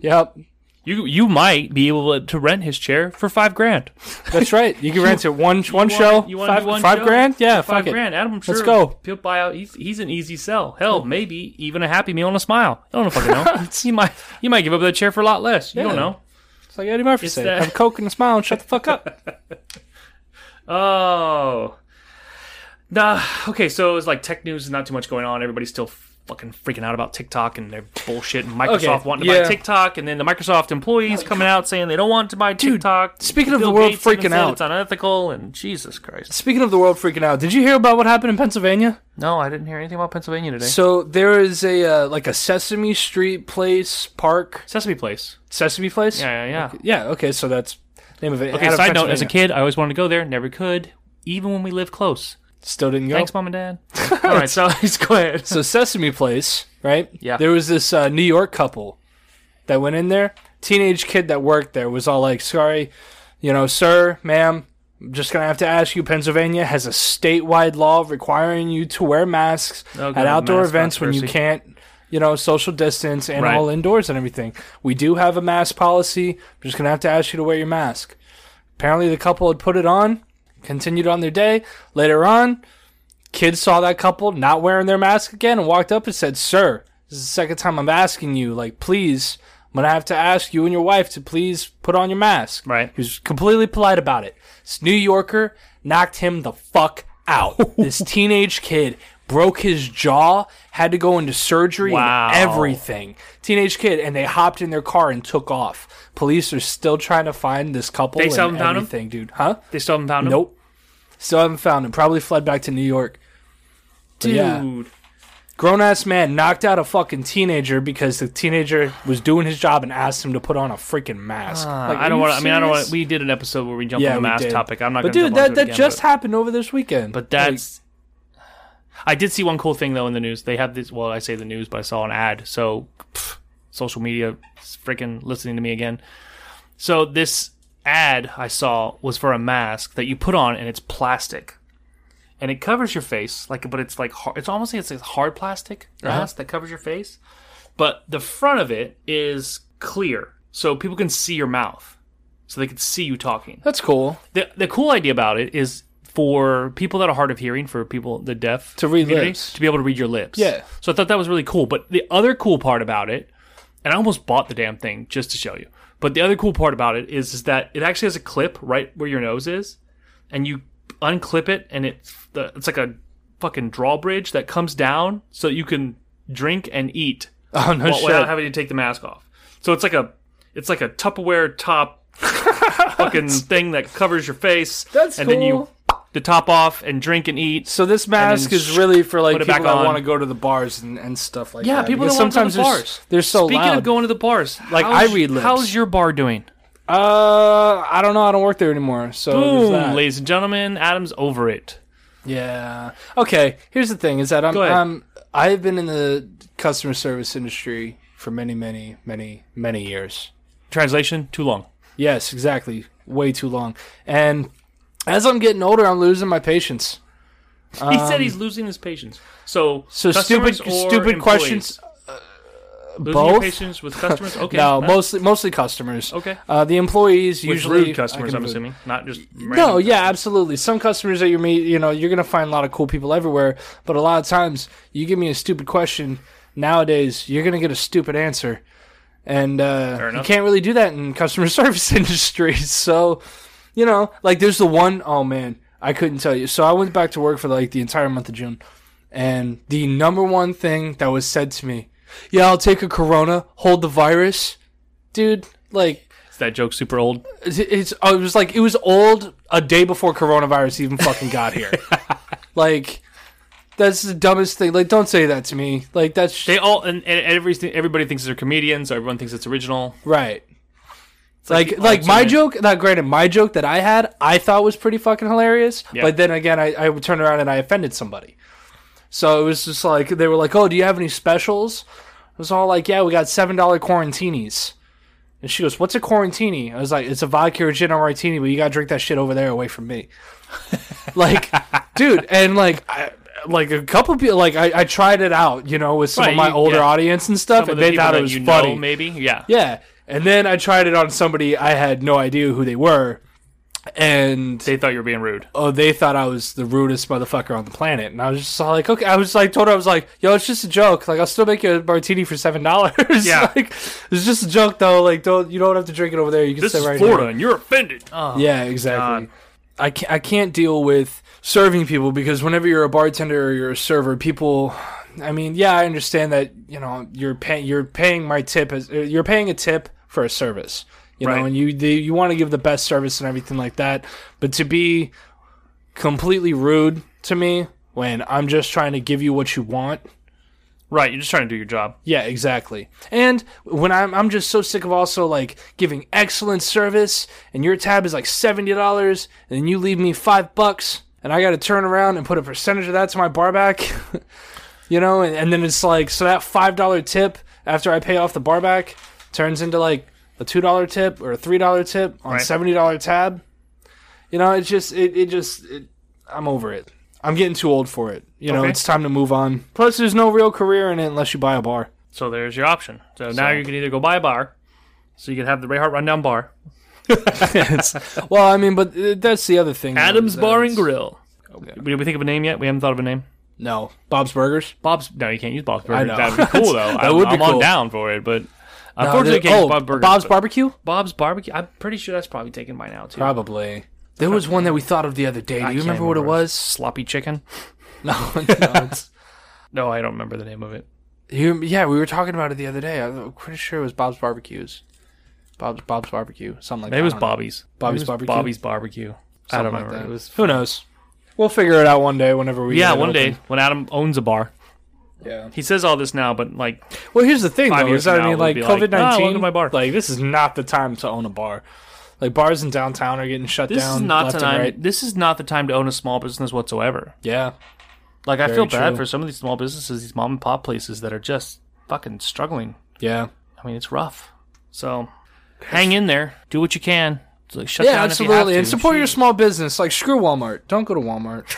S2: Yep.
S1: You you might be able to rent his chair for five grand.
S2: That's right. You can rent it one one
S1: You
S2: show.
S1: wanna- you wanna
S2: five,
S1: do one
S2: five
S1: show?
S2: grand? Yeah,
S1: five
S2: fuck it.
S1: grand. Adam, I'm sure
S2: Let's go.
S1: He'll buy out. He's, he's an easy sell. Hell, maybe even a Happy Meal and a smile. I don't fucking know. you might you might give up that chair for a lot less. You
S2: Yeah.
S1: don't know.
S2: It's like Eddie Murphy
S1: It's
S2: said.
S1: that-
S2: Have a coke and a smile and shut the fuck up.
S1: Oh, nah. Okay, so it's like tech news is not too much going on. Everybody's still fucking freaking out about TikTok and their bullshit. And Microsoft
S2: Okay,
S1: wanting to
S2: yeah. Oh,
S1: buy TikTok, and then the Microsoft employees coming out saying they don't want to buy TikTok.
S2: speaking of
S1: Bill
S2: the world
S1: Gates even
S2: freaking
S1: said
S2: out.
S1: it's unethical. And Jesus Christ,
S2: Speaking of the world freaking out, did you hear about what happened in Pennsylvania?
S1: no, I didn't hear anything about Pennsylvania today.
S2: So there is a uh, like a Sesame Street place park,
S1: Sesame Place.
S2: Sesame place.
S1: Yeah, yeah, yeah.
S2: Yeah, okay, so that's name of it.
S1: Okay,
S2: Out of
S1: side note, as a
S2: Pennsylvania.
S1: kid, I always wanted to go there, never could, even when we lived close.
S2: still didn't go.
S1: Thanks, Mom and Dad. All right, so let's go ahead.
S2: So Sesame Place, right?
S1: Yeah.
S2: There was this uh, New York couple that went in there. Teenage kid that worked there was all like, "Sorry, you know, sir, ma'am, I'm just gonna have to ask you. Pennsylvania has a statewide law requiring you to wear masks
S1: Oh, God,
S2: at outdoor
S1: mask
S2: events when you
S1: controversy.
S2: can't." You know, social distance and
S1: Right.
S2: all indoors and everything. We do have a mask policy. I'm just going to have to ask you to wear your mask. Apparently, the couple had put it on, continued on their day. Later on, kids saw that couple not wearing their mask again and walked up and said, Sir, this is the second time I'm asking you. Like, please, I'm going to have to ask you and your wife to please put on your mask.
S1: Right.
S2: He was completely polite about it. This New Yorker knocked him the fuck out. this teenage kid broke his jaw, had to go into surgery
S1: Wow.
S2: and everything. Teenage kid, and they hopped in their car and took off. Police are still trying to find this couple
S1: They
S2: and
S1: still haven't found him?
S2: everything, dude. Huh?
S1: They still haven't found him?
S2: Nope. Still haven't found him. Probably fled back to New York.
S1: Dude.
S2: yeah. Grown ass man knocked out a fucking teenager because the teenager was doing his job and asked him to put on a freaking mask. Like,
S1: Ah, I
S2: Ah, are
S1: don't
S2: you
S1: want. I mean, I don't want.
S2: serious?
S1: We did an episode where we jumped on the
S2: we
S1: mask
S2: did.
S1: topic. I'm not.
S2: But
S1: gonna jump onto
S2: dude, that
S1: it
S2: that
S1: again,
S2: just
S1: But,
S2: happened over this weekend.
S1: but that's. I did see one cool thing though in the news. They have this. Well, I say the news, but I saw an ad. So, pff, social media is freaking listening to me again. So this ad I saw was for a mask that you put on and it's plastic, and it covers your face like, but it's like hard, it's almost like it's a hard plastic mask that covers your face, but the front of it is clear, so people can see your mouth, so they can see you talking
S2: that's cool.
S1: the the cool idea about it is for people that are hard of hearing, for people the deaf
S2: To read
S1: community,
S2: lips.
S1: to be able to read your lips.
S2: Yeah.
S1: So I thought that was really cool. But the other cool part about it, and I almost bought the damn thing just to show you. But the other cool part about it is is that it actually has a clip right where your nose is, and you unclip it, and it's the, it's like a fucking drawbridge that comes down so you can drink and eat
S2: Oh no
S1: while-
S2: shit.
S1: without having to take the mask off. So it's like a it's like a Tupperware top fucking thing that covers your face.
S2: That's
S1: and then you
S2: cool.
S1: the top off and drink and eat.
S2: so this mask
S1: then
S2: is really for like
S1: put it
S2: people
S1: back
S2: that
S1: on.
S2: want to go to the bars and, and stuff like
S1: yeah,
S2: that.
S1: people
S2: because
S1: don't want to go to
S2: sometimes
S1: the bars.
S2: They're, they're so
S1: Speaking
S2: loud.
S1: of going to the bars,
S2: Like,
S1: how's-
S2: I read lips.
S1: How's your bar doing?
S2: uh, I don't know. I don't work there anymore. So there's
S1: Boom,
S2: that.
S1: ladies and gentlemen, Adam's over it.
S2: Yeah. Okay. Here's the thing: is that I'm,
S1: Go ahead.
S2: I'm I've been in the customer service industry for many, many, many, many years.
S1: Translation: Too long.
S2: Yes, exactly. Way too long. And as I'm getting older, I'm losing my patience.
S1: he said he's losing his patience. So,
S2: Um, So stupid,
S1: customers or
S2: stupid
S1: employees?
S2: questions. uh,
S1: Losing your
S2: both?
S1: patience with customers. Okay,
S2: no,
S1: that-
S2: mostly mostly customers.
S1: Okay.
S2: Uh, the employees
S1: with
S2: usually
S1: rude customers.
S2: I can
S1: I'm
S2: move.
S1: assuming not just
S2: No,
S1: random-
S2: yeah, absolutely. Some customers that you meet, you know, you're gonna find a lot of cool people everywhere. But a lot of times, you give me a stupid question. Nowadays, you're gonna get a stupid answer, and uh, you
S1: enough.
S2: can't really do that in customer service industry. So, you know, like there's the one oh man, I couldn't tell you. So I went back to work for like the entire month of June, and the number one thing that was said to me, yeah, I'll take a Corona, hold the virus, dude. Like
S1: Is that joke super old?
S2: it's, it's I was like it was old a day before coronavirus even fucking got here. like that's the dumbest thing. Like don't say that to me. Like that's sh-
S1: They all and, and everything. Everybody thinks they're comedians. Or everyone thinks it's original.
S2: right. Like
S1: like the
S2: like my
S1: ultimate-
S2: joke. Not granted, my joke that I had I thought was pretty fucking hilarious.
S1: Yeah.
S2: But then again, I I would turn around and I offended somebody. So it was just like they were like, "Oh, do you have any specials?" It was all like, "Yeah, we got seven dollar quarantinis." And she goes, "What's a quarantini?" I was like, "It's a vodka or gin or martini, but you gotta drink that shit over there, away from me." like, dude, and like, I, like a couple people, like I, I tried it out, you know, with some
S1: Right,
S2: of my
S1: you-
S2: older
S1: yeah.
S2: audience and stuff,
S1: Some of
S2: and
S1: the
S2: they
S1: people
S2: thought
S1: that
S2: it was
S1: you know,
S2: funny.
S1: maybe. Yeah.
S2: yeah, And then I tried it on somebody I had no idea who they were, and
S1: They thought you were being rude.
S2: oh, they thought I was the rudest motherfucker on the planet, and I was just all like, okay, I was like, told her I was like, yo, it's just a joke. Like, I'll still make you a martini for seven dollars.
S1: Yeah.
S2: like, it's just a joke though. Like, don't you don't have to drink it over there. You can
S1: This
S2: sit
S1: is
S2: right
S1: Florida,
S2: here. Uh-huh.
S1: and you're offended. Oh,
S2: Yeah, exactly. I can't, I can't deal with serving people because whenever you're a bartender or you're a server, people. I mean, yeah, I understand that you know you're paying you're paying my tip as uh, you're paying a tip for a service, you
S1: Right.
S2: know, and you the, you want to give the best service and everything like that. But to be completely rude to me when I'm just trying to give you what you want,
S1: right. You're just trying to do your job.
S2: yeah, exactly. And when I'm I'm just so sick of also like giving excellent service and your tab is like seventy dollars and then you leave me five bucks and I gotta turn around and put a percentage of that to my bar back. you know, and, and then it's like so that five dollar tip after I pay off the bar back turns into like a two dollar tip or a three dollar tip on
S1: Right.
S2: seventy dollar tab. You know, it's just it, it just it, I'm over it. I'm getting too old for it. You know,
S1: Okay.
S2: it's time to move on. Plus there's no real career in it unless you buy a bar.
S1: So there's your option. So, now
S2: So-
S1: you can either go buy a bar, so you can have the Rayhart Rundown Bar,
S2: Well, I mean, but uh, that's the other thing.
S1: Adam's
S2: though,
S1: Bar
S2: is
S1: and Grill.
S2: Okay.
S1: Did we think of a name yet? We haven't thought of a name.
S2: No, Bob's Burgers.
S1: Bob's. No, you can't use Bob's Burgers.
S2: know.
S1: That'd be cool though. I
S2: would be
S1: I'm on
S2: cool.
S1: down for it, but
S2: No,
S1: unfortunately,
S2: there-
S1: I can't use
S2: oh,
S1: Bob Burgers.
S2: Bob's
S1: but-
S2: Barbecue.
S1: Bob's Barbecue. I'm pretty sure that's probably taken by now too.
S2: Probably. There was one that we thought of the other day. Do
S1: I
S2: you
S1: can't
S2: remember what it
S1: remember.
S2: was?
S1: Sloppy Chicken.
S2: No, no. It's,
S1: No, I don't remember the name of it.
S2: you, yeah, we were talking about it the other day. I'm pretty sure it was Bob's Barbecues. Bob's Bob's Barbecue, something like
S1: Maybe it
S2: that.
S1: was
S2: I don't know.
S1: Bobby's.
S2: Bobby's
S1: Maybe it was
S2: Barbecue?
S1: Bobby's Barbecue. I don't
S2: Something like
S1: remember.
S2: that.
S1: It was.
S2: Who knows? We'll figure it out one day. Whenever we
S1: Yeah,
S2: get it
S1: one day
S2: open.
S1: when Adam owns a bar,
S2: Yeah.
S1: he says all this now, but like,
S2: Well, here's the thing,
S1: Five
S2: though.
S1: years
S2: Is that,
S1: from
S2: I
S1: now,
S2: mean,
S1: we'll
S2: like
S1: be like,
S2: COVID
S1: "Ah, welcome
S2: nineteen.
S1: to my bar."
S2: Like this is not the time to own a bar. Like bars in downtown are getting shut
S1: this
S2: down.
S1: is not
S2: left
S1: the
S2: and
S1: time.
S2: right.
S1: This is not the time to own a small business whatsoever.
S2: Yeah.
S1: Like, I feel bad
S2: true.
S1: for some of these small businesses, these mom and pop places that are just fucking struggling.
S2: Yeah.
S1: I mean, it's rough. So, hang in there. Do what you can. It's Like, shut
S2: Yeah,
S1: down
S2: absolutely.
S1: If you have to.
S2: And support your
S1: Shit.
S2: small business. Like screw Walmart. Don't go to Walmart.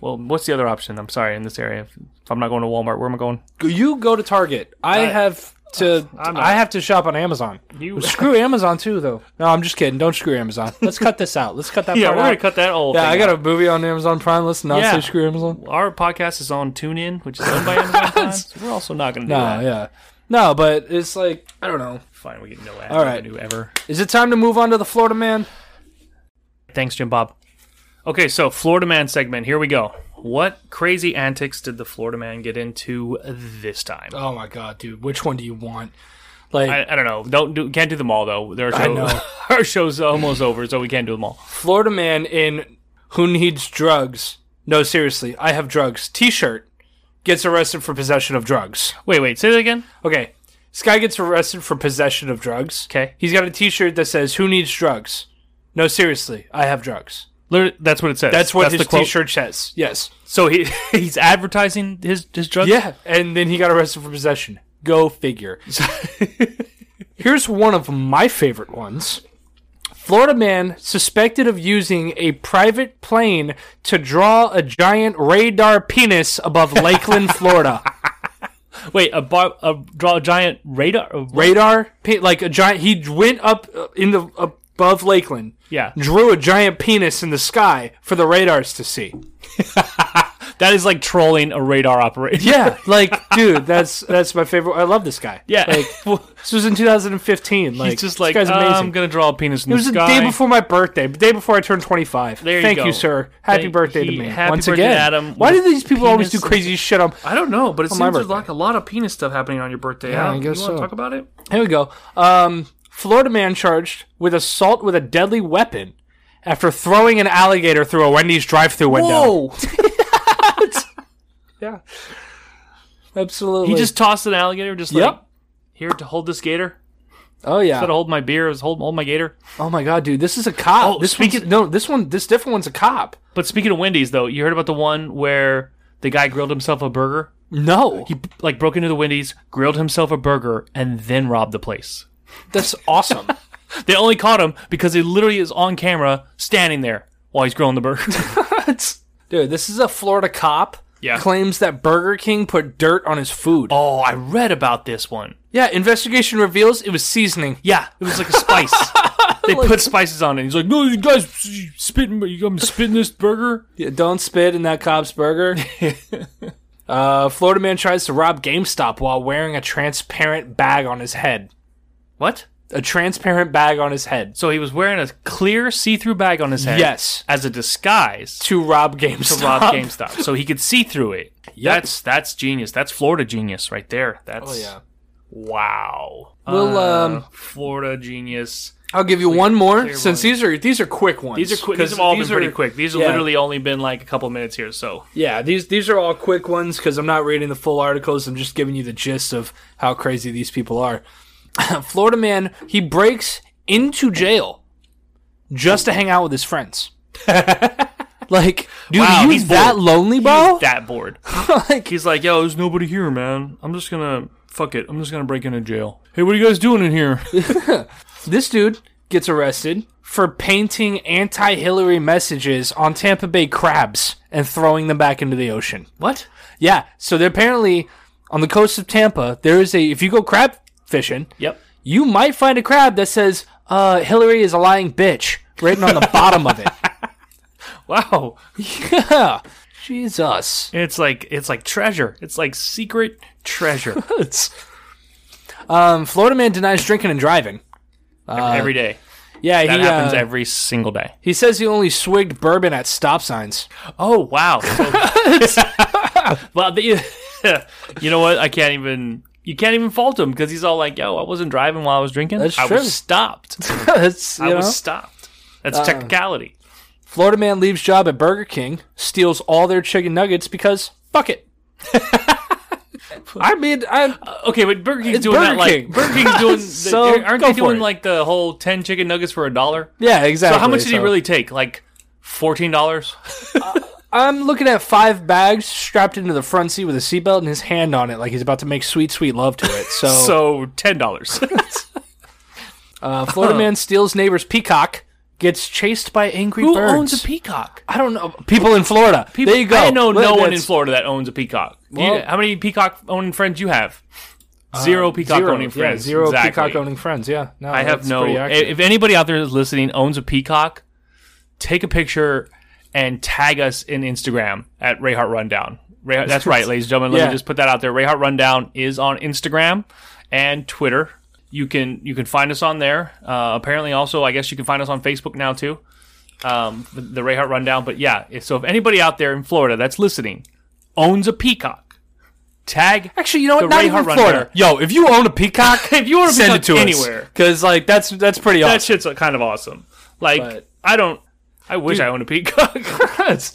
S1: Well, what's the other option? I'm sorry, in this area, if if I'm not going to Walmart, where am I going?
S2: you go to Target. I, have to
S1: I'm not-
S2: I have to shop on Amazon.
S1: You.
S2: screw Amazon too though. No, I'm just kidding. Don't screw Amazon. Let's cut this out. Let's cut that
S1: yeah,
S2: part
S1: we're gonna
S2: out.
S1: cut that all.
S2: yeah, I got a movie on Amazon Prime. Let's not
S1: Yeah.
S2: say screw Amazon.
S1: Our podcast is on TuneIn, which is owned by Amazon. Prime, so we're also not going to do
S2: No,
S1: that.
S2: Oh, yeah. No, but it's like I don't know.
S1: Fine, we get no ad
S2: All right.
S1: revenue ever.
S2: Is it time to move on to the Florida man?
S1: Thanks, Jim Bob. Okay, so Florida Man segment. Here we go. What crazy antics did the Florida Man get into this time?
S2: Oh my god, dude. Which one do you want? Like
S1: I, I don't know. Don't do. Can't do them all though. There are show,
S2: know.
S1: our show's almost over, so we can't do them all.
S2: Florida man in Who Needs Drugs? No, seriously, I have drugs. T shirt gets arrested for possession of drugs.
S1: Wait, wait. Say that again.
S2: Okay, this guy gets arrested for possession of drugs.
S1: Okay.
S2: He's got a t shirt that says, Who Needs Drugs? No, seriously, I have drugs.
S1: Literally, That's what it says.
S2: That's what
S1: the
S2: his
S1: quote.
S2: t shirt says. Yes.
S1: So he he's advertising his his drugs.
S2: Yeah, and then he got arrested for possession. Go figure. Here's one of my favorite ones. Florida man suspected of using a private plane to draw a giant radar penis above Lakeland, Florida.
S1: Wait, a bar, a draw a giant radar. a ra-
S2: Radar, pe- like a giant. He went up uh, in the above Lakeland,
S1: yeah,
S2: drew a giant penis in the sky for the radars to see.
S1: that is like trolling a radar operator.
S2: Yeah, like dude, that's that's my favorite. I love this guy.
S1: Yeah.
S2: like this was in 2015. Like
S1: He's just like, "Uh, um,
S2: this guy's amazing.
S1: I'm gonna draw a penis in
S2: It
S1: the
S2: was the
S1: sky.
S2: day before my birthday, the day before I turned 25.
S1: There you
S2: Thank
S1: go.
S2: you, sir. Happy
S1: Thank-
S2: birthday
S1: he-
S2: to me.
S1: happy
S2: Once
S1: birthday,
S2: again.
S1: Adam,
S2: Why do
S1: with
S2: these people always do
S1: penis-
S2: crazy shit on
S1: I don't know, but it
S2: my
S1: seems there's
S2: birthday.
S1: like a lot of penis stuff happening on your birthday.
S2: Yeah,
S1: Adam.
S2: I guess
S1: you want
S2: so.
S1: to talk about it?
S2: Here we go. Um, Florida man charged with assault with a deadly weapon after throwing an alligator through a Wendy's drive-through window. Yeah. Absolutely.
S1: he just tossed an alligator, just like
S2: Yep.
S1: here to hold this gator.
S2: Oh
S1: Got to
S2: yeah.
S1: hold my beer. is Hold hold my gator.
S2: Oh my god, dude. This is a cop.
S1: Oh,
S2: this
S1: speaking-
S2: one's- no, this one this different one's a cop.
S1: But speaking of Wendy's, though, you heard about the one where the guy grilled himself a burger.
S2: No.
S1: He like broke into the Wendy's, grilled himself a burger, and then robbed the place.
S2: That's awesome.
S1: They only caught him because he literally is on camera standing there while he's grilling the burger.
S2: Dude, this is a Florida cop.
S1: Yeah.
S2: Claims that Burger King put dirt on his food.
S1: oh, I read about this one.
S2: Yeah, investigation reveals it was seasoning.
S1: Yeah, it was like a spice. they put spices on it. He's like, no, you guys spitting, I'm spitting this burger.
S2: Yeah, don't spit in that Cobb's burger. uh, Florida man tries to rob GameStop while wearing a transparent bag on his head.
S1: What?
S2: A transparent bag on his head.
S1: So he was wearing a clear see-through bag on his head.
S2: Yes.
S1: as a disguise to
S2: To rob GameStop.
S1: rob GameStop, so he could see through it. That's that's genius. That's Florida genius right there. That's
S2: Oh, yeah.
S1: wow. Uh,
S2: We'll, um,
S1: Florida genius.
S2: I'll give you one more
S1: clear
S2: since these are these are quick ones.
S1: These are quick.
S2: 'Cause
S1: These have all been
S2: these
S1: pretty
S2: are-
S1: quick. These have
S2: yeah.
S1: literally only been like a couple minutes here. So
S2: Yeah, these these are all quick ones because I'm not reading the full articles. I'm just giving you the gist of how crazy these people are. Florida man, he breaks into jail just to hang out with his friends. like, dude,
S1: Wow,
S2: you
S1: he's
S2: that
S1: bored.
S2: lonely, bro?
S1: that bored.
S2: like,
S1: He's like, yo, there's nobody here, man. I'm just gonna fuck it. I'm just gonna break into jail. Hey, what are you guys doing in here?
S2: this dude gets arrested for painting anti-Hillary messages on Tampa Bay crabs and throwing them back into the ocean.
S1: what?
S2: Yeah, so they're apparently on the coast of Tampa. There is a if you go crab fishing,
S1: Yep.
S2: you might find a crab that says, uh, Hillary is a lying bitch, written on the bottom of it.
S1: Wow.
S2: Yeah. Jesus.
S1: It's like it's like treasure. It's like secret treasure
S2: Um, Florida man denies drinking and driving.
S1: every day.
S2: Yeah,
S1: That
S2: Uh, he,
S1: happens
S2: uh,
S1: every single day.
S2: he says he only swigged bourbon at stop signs.
S1: Oh wow. well, the, you know what? I can't even. You can't even fault him because he's all like, "Yo, I wasn't driving while I was drinking.
S2: That's
S1: I
S2: true.
S1: was stopped.
S2: It's, you
S1: I
S2: know. Uh,
S1: was stopped." That's technicality.
S2: Florida man leaves job at Burger King, steals all their chicken nuggets because fuck it. I mean, I,
S1: Okay, but Burger King's doing
S2: Burger
S1: that like
S2: King.
S1: Burger King's doing. the-
S2: So,
S1: aren't
S2: go
S1: they
S2: for
S1: doing
S2: it.
S1: like the whole ten chicken nuggets for a dollar?
S2: yeah, exactly.
S1: So how much did he
S2: so-
S1: really take? Like fourteen dollars?
S2: I'm looking at five bags strapped into the front seat with a seatbelt and his hand on it, like he's about to make sweet, sweet love to it. So,
S1: So ten dollars.
S2: uh, Florida man steals neighbor's peacock, gets chased by angry
S1: Who
S2: birds.
S1: owns a peacock?
S2: I don't know. People in Florida. there you go.
S1: I know no
S2: Look,
S1: one in
S2: that's-
S1: Florida that owns a peacock. Do you-
S2: Well- uh,
S1: how many peacock owning friends you have? Zero peacock
S2: zero,
S1: owning
S2: yeah,
S1: friends.
S2: zero
S1: Exactly.
S2: peacock owning friends. Yeah. No,
S1: I have
S2: that's
S1: no.
S2: pretty
S1: i-
S2: accurate.
S1: If anybody out there is listening owns a peacock, take a picture and tag us in Instagram at Rayhart Rundown. Ray, that's right, ladies and gentlemen. Let
S2: Yeah.
S1: me just put that out there. Rayhart Rundown is on Instagram and Twitter. You can you can find us on there. Uh, apparently, also I guess you can find us on Facebook now too. Um, the, the Rayhart Rundown. But yeah, if, so if anybody out there in Florida that's listening owns a peacock, tag
S2: Actually, you know what?
S1: the
S2: Not
S1: Ray
S2: even
S1: Hart Runner.
S2: Florida. Yo, if you own a peacock,
S1: if you want to
S2: send it to us.
S1: anywhere.
S2: Because like that's that's pretty
S1: that
S2: awesome.
S1: shit's uh, kind of awesome. Like
S2: But-
S1: I don't. I wish I owned a peacock.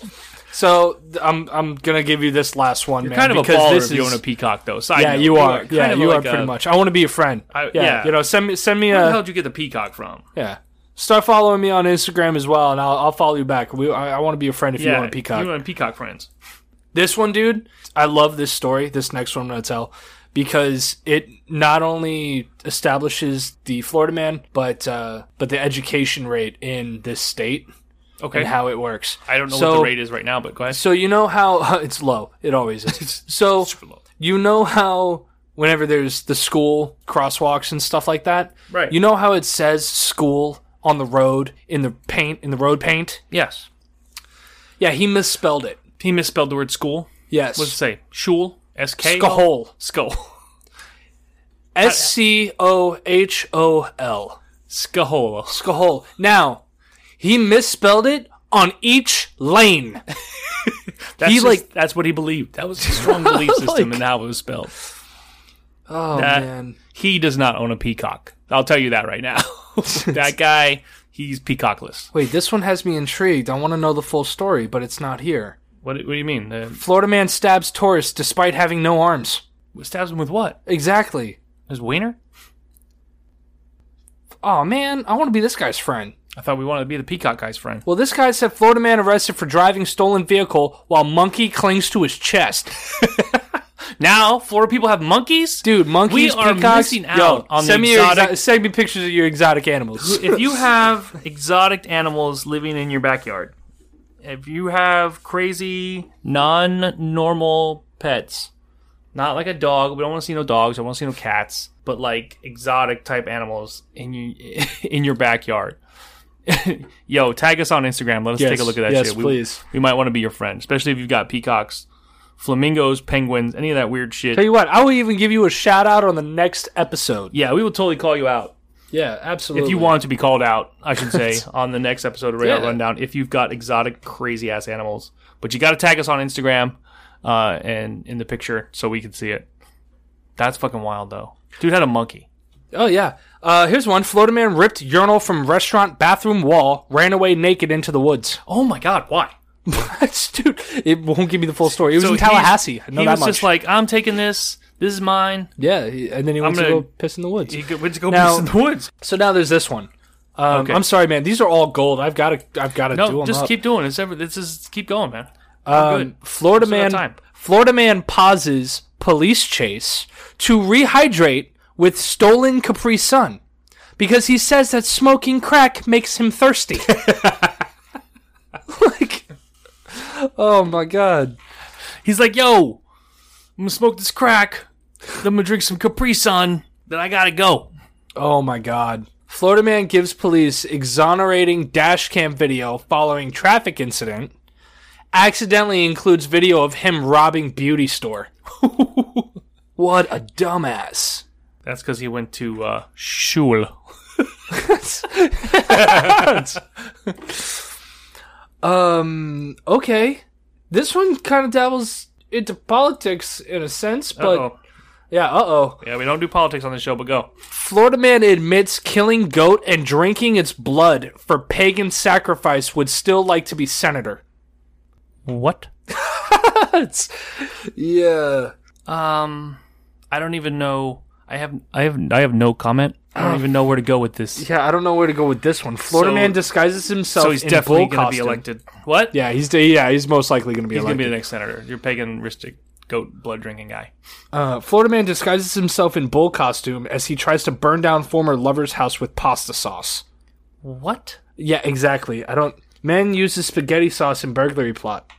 S2: so th- I'm I'm gonna give you this last one, man.
S1: kind of a
S2: because
S1: baller
S2: this
S1: if you
S2: is-
S1: own a peacock, though. Side
S2: Yeah,
S1: note,
S2: you are.
S1: kind
S2: Yeah,
S1: of
S2: you are
S1: like
S2: pretty
S1: a-
S2: much. I want to be a friend.
S1: I-
S2: yeah,
S1: yeah.
S2: you know, send me send me
S1: Where the
S2: a
S1: hell did you get the peacock from?
S2: yeah. Start following me on Instagram as well, and I'll, I'll follow you back. We, I, I want to be a friend if you want a peacock.
S1: You want peacock friends?
S2: this one, dude, I love this story. This next one I'm gonna tell because it not only establishes the Florida man, but uh, but the education rate in this state
S1: Okay,
S2: and how it works.
S1: I don't know
S2: So-
S1: what the rate is right now, but go ahead.
S2: So you know how it's low. It always is. So
S1: low.
S2: you know how whenever there's the school crosswalks and stuff like that,
S1: Right.
S2: You know how it says school on the road in the paint in the road paint.
S1: Yes,
S2: Yeah, he misspelled it.
S1: he misspelled the word school.
S2: Yes,
S1: Let's say shul. S K
S2: Skohol.
S1: skull
S2: S C O H O L.
S1: skull.
S2: Skohol. Now, he misspelled it on each lane.
S1: That's
S2: He,
S1: just-
S2: like-
S1: that's what he believed. That was his strong belief system
S2: Like-
S1: and how it was spelled.
S2: Oh
S1: That-
S2: man.
S1: He does not own a peacock. I'll tell you that right now. that guy, he's peacockless.
S2: Wait, this one has me intrigued. I want to know the full story, but it's not here.
S1: What, what do you mean? Uh,
S2: Florida man stabs tourist despite having no arms.
S1: stabs him with what?
S2: Exactly.
S1: His wiener?
S2: Oh man, I want to be this guy's friend.
S1: I thought we wanted to be the peacock guy's friend.
S2: Well, this guy said Florida man arrested for driving stolen vehicle while monkey clings to his chest.
S1: Now, Florida people have monkeys?
S2: Dude, monkeys,
S1: We are
S2: peacocks.
S1: missing
S2: yo,
S1: out on the
S2: send me your
S1: exotic-
S2: exo- send me pictures of your exotic animals.
S1: if you have exotic animals living in your backyard, if you have crazy, non normal pets, not like a dog, we don't want to see no dogs, I want to see no cats, but like exotic type animals in your in your backyard. Yo, tag us on Instagram. Let us
S2: Yes,
S1: take a look at that
S2: yes,
S1: shit.
S2: please.
S1: We, we might want to be your friend, especially if you've got peacocks, flamingos, penguins, any of that weird shit.
S2: Tell you what, I will even give you a shout out on the next episode.
S1: yeah, we will totally call you out
S2: Yeah, absolutely.
S1: if you want to be called out. I should say on the next episode of Radar
S2: Yeah.
S1: Rundown if you've got exotic, crazy ass animals. But you got to tag us on Instagram uh, and in the picture so we can see it. That's fucking wild though. Dude had a monkey.
S2: Oh yeah. Uh, here's one. Florida man ripped urinal from restaurant bathroom wall, ran away naked into the woods.
S1: Oh my god, why?
S2: Dude, it won't give me the full story. It was
S1: So
S2: in
S1: he's-
S2: Tallahassee. I know
S1: he
S2: that
S1: was
S2: much.
S1: just like, I'm taking this. This is mine.
S2: yeah, he- and then he went to
S1: gonna-
S2: go piss in the woods.
S1: He go- went to go
S2: Now-
S1: piss in the woods.
S2: So now there's this one. Um,
S1: Okay.
S2: I'm sorry, man. These are all gold. I've got to. I've got to do
S1: No,
S2: them
S1: just
S2: up.
S1: keep doing it. It's ever, this is keep going, man.
S2: Um,
S1: good.
S2: Florida
S1: Just about
S2: man.
S1: time.
S2: Florida man pauses police chase to rehydrate with stolen Capri Sun because he says that smoking crack makes him thirsty. like, oh my god.
S1: He's like, yo, I'm gonna smoke this crack. Then I'm gonna drink some Capri Sun. Then I gotta go.
S2: Oh my god. Florida man gives police exonerating dash cam video following traffic incident. Accidentally includes video of him robbing beauty store. what a dumbass.
S1: That's because he went to uh, shul.
S2: Um. Okay. This one kind of dabbles into politics in a sense, but
S1: Uh-oh.
S2: yeah. Uh oh.
S1: yeah, we don't do politics on the show, but go.
S2: Florida man admits killing goat and drinking its blood for pagan sacrifice would still like to be senator.
S1: What?
S2: That's- yeah.
S1: Um, I don't even know. I have, I have, I have no comment. I don't even know where to go with this.
S2: Yeah. I don't know where to go with this one. Florida
S1: So-
S2: man disguises himself.
S1: So he's
S2: in
S1: definitely
S2: bull
S1: gonna be
S2: costume.
S1: elected. What?
S2: Yeah. He's yeah. He's most likely going to be
S1: He's
S2: elected.
S1: gonna be the next senator. Your pagan ristic goat blood drinking guy.
S2: Uh, Florida man disguises himself in bull costume as he tries to burn down former lover's house with pasta sauce.
S1: What?
S2: Yeah, exactly. I don't. Man uses spaghetti sauce in burglary plot.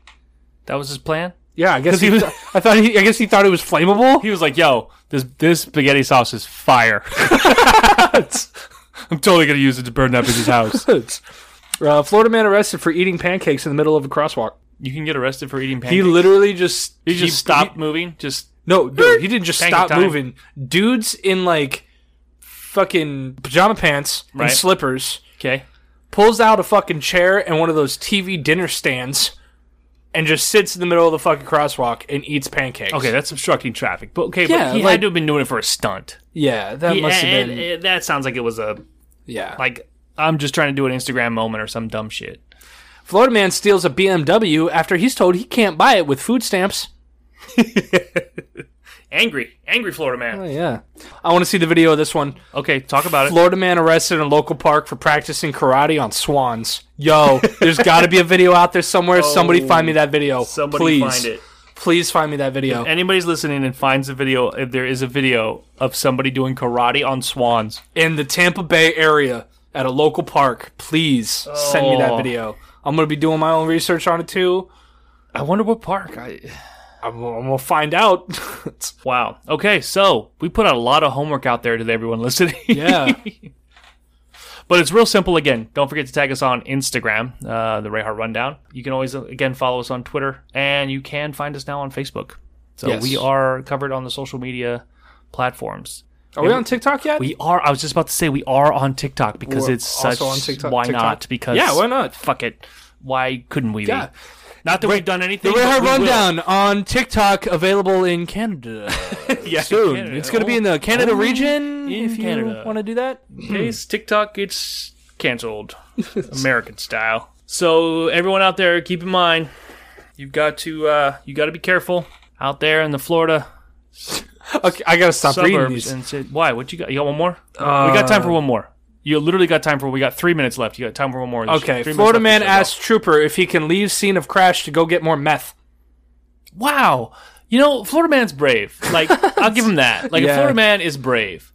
S1: That was his plan.
S2: Yeah, I guess he.
S1: he was-
S2: th- I thought he. I guess he thought it was flammable.
S1: He was like, "Yo, this this spaghetti sauce is fire. I'm totally gonna use it to burn that bitch's house."
S2: uh, Florida man arrested for eating pancakes in the middle of a crosswalk.
S1: You can get arrested for eating
S2: He
S1: pancakes.
S2: literally just.
S1: He, just stopped moving. Just
S2: no, dude, he didn't just
S1: Pancake
S2: stop
S1: time.
S2: moving. Dudes in like fucking pajama pants
S1: Right.
S2: and slippers
S1: okay.
S2: pulls out a fucking chair and one of those TV dinner stands. And just sits in the middle of the fucking crosswalk and eats pancakes.
S1: Okay, that's obstructing traffic. But okay,
S2: Yeah,
S1: but he
S2: like-
S1: had to have been doing it for a stunt.
S2: Yeah, that must have
S1: And-
S2: been.
S1: and that sounds like it was a
S2: yeah.
S1: like I'm just trying to do an Instagram moment or some dumb shit.
S2: Florida man steals a BMW after he's told he can't buy it with food stamps.
S1: Angry, angry Florida man.
S2: Oh, yeah. I want to see the video of this one.
S1: Okay, talk about it.
S2: Florida man arrested in a local park for practicing karate on swans. Yo, there's got to be a video out there somewhere. somebody find me that video.
S1: Oh, Somebody
S2: Please.
S1: find it.
S2: Please find me that video.
S1: Anybody's listening and finds a video, if there is a video of somebody doing karate on swans,
S2: In the Tampa Bay area at a local park. Please send me that
S1: Oh.
S2: video. I'm going to be doing my own research on it too.
S1: I wonder what park. I,
S2: I'm, I'm going to find out.
S1: wow. Okay, so we put a lot of homework out there to everyone listening.
S2: yeah.
S1: But it's real simple again. Don't forget to tag us on Instagram, uh, the Rayhart Rundown. You can always, uh, again, follow us on Twitter, and you can find us now on Facebook. So
S2: Yes.
S1: we are covered on the social media platforms.
S2: Are we on TikTok yet?
S1: We are, I was just about to say, we are on TikTok because
S2: We're
S1: it's such.
S2: also on TikTok-
S1: why
S2: TikTok.
S1: not? Because.
S2: Yeah, why not?
S1: Fuck it. Why couldn't we
S2: Yeah.
S1: be? Not that we've done anything.
S2: The Red
S1: but
S2: Heart
S1: we will.
S2: Rundown on TikTok available in Canada
S1: Yeah,
S2: soon.
S1: Canada.
S2: It's going to be in the Canada
S1: Only
S2: region
S1: in
S2: if
S1: Canada.
S2: you want to do that.
S1: case, TikTok gets canceled, American style. So everyone out there, keep in mind, you've got to uh, you got to be careful out there in the Florida
S2: Okay, I got to stop reading
S1: suburbs
S2: these. Uh,
S1: and shit. Why? What you got? You got one more? we got time for one more. You literally got time for. We got three minutes left. You got time for one more. of this
S2: Okay,
S1: shit. Three minutes
S2: Florida
S1: left
S2: man
S1: of this
S2: asks trooper if he can leave scene of crash to go get more meth.
S1: show. "Wow, you know, Florida man's brave. Like I'll give him that. Like
S2: Yeah.
S1: a Florida man is brave."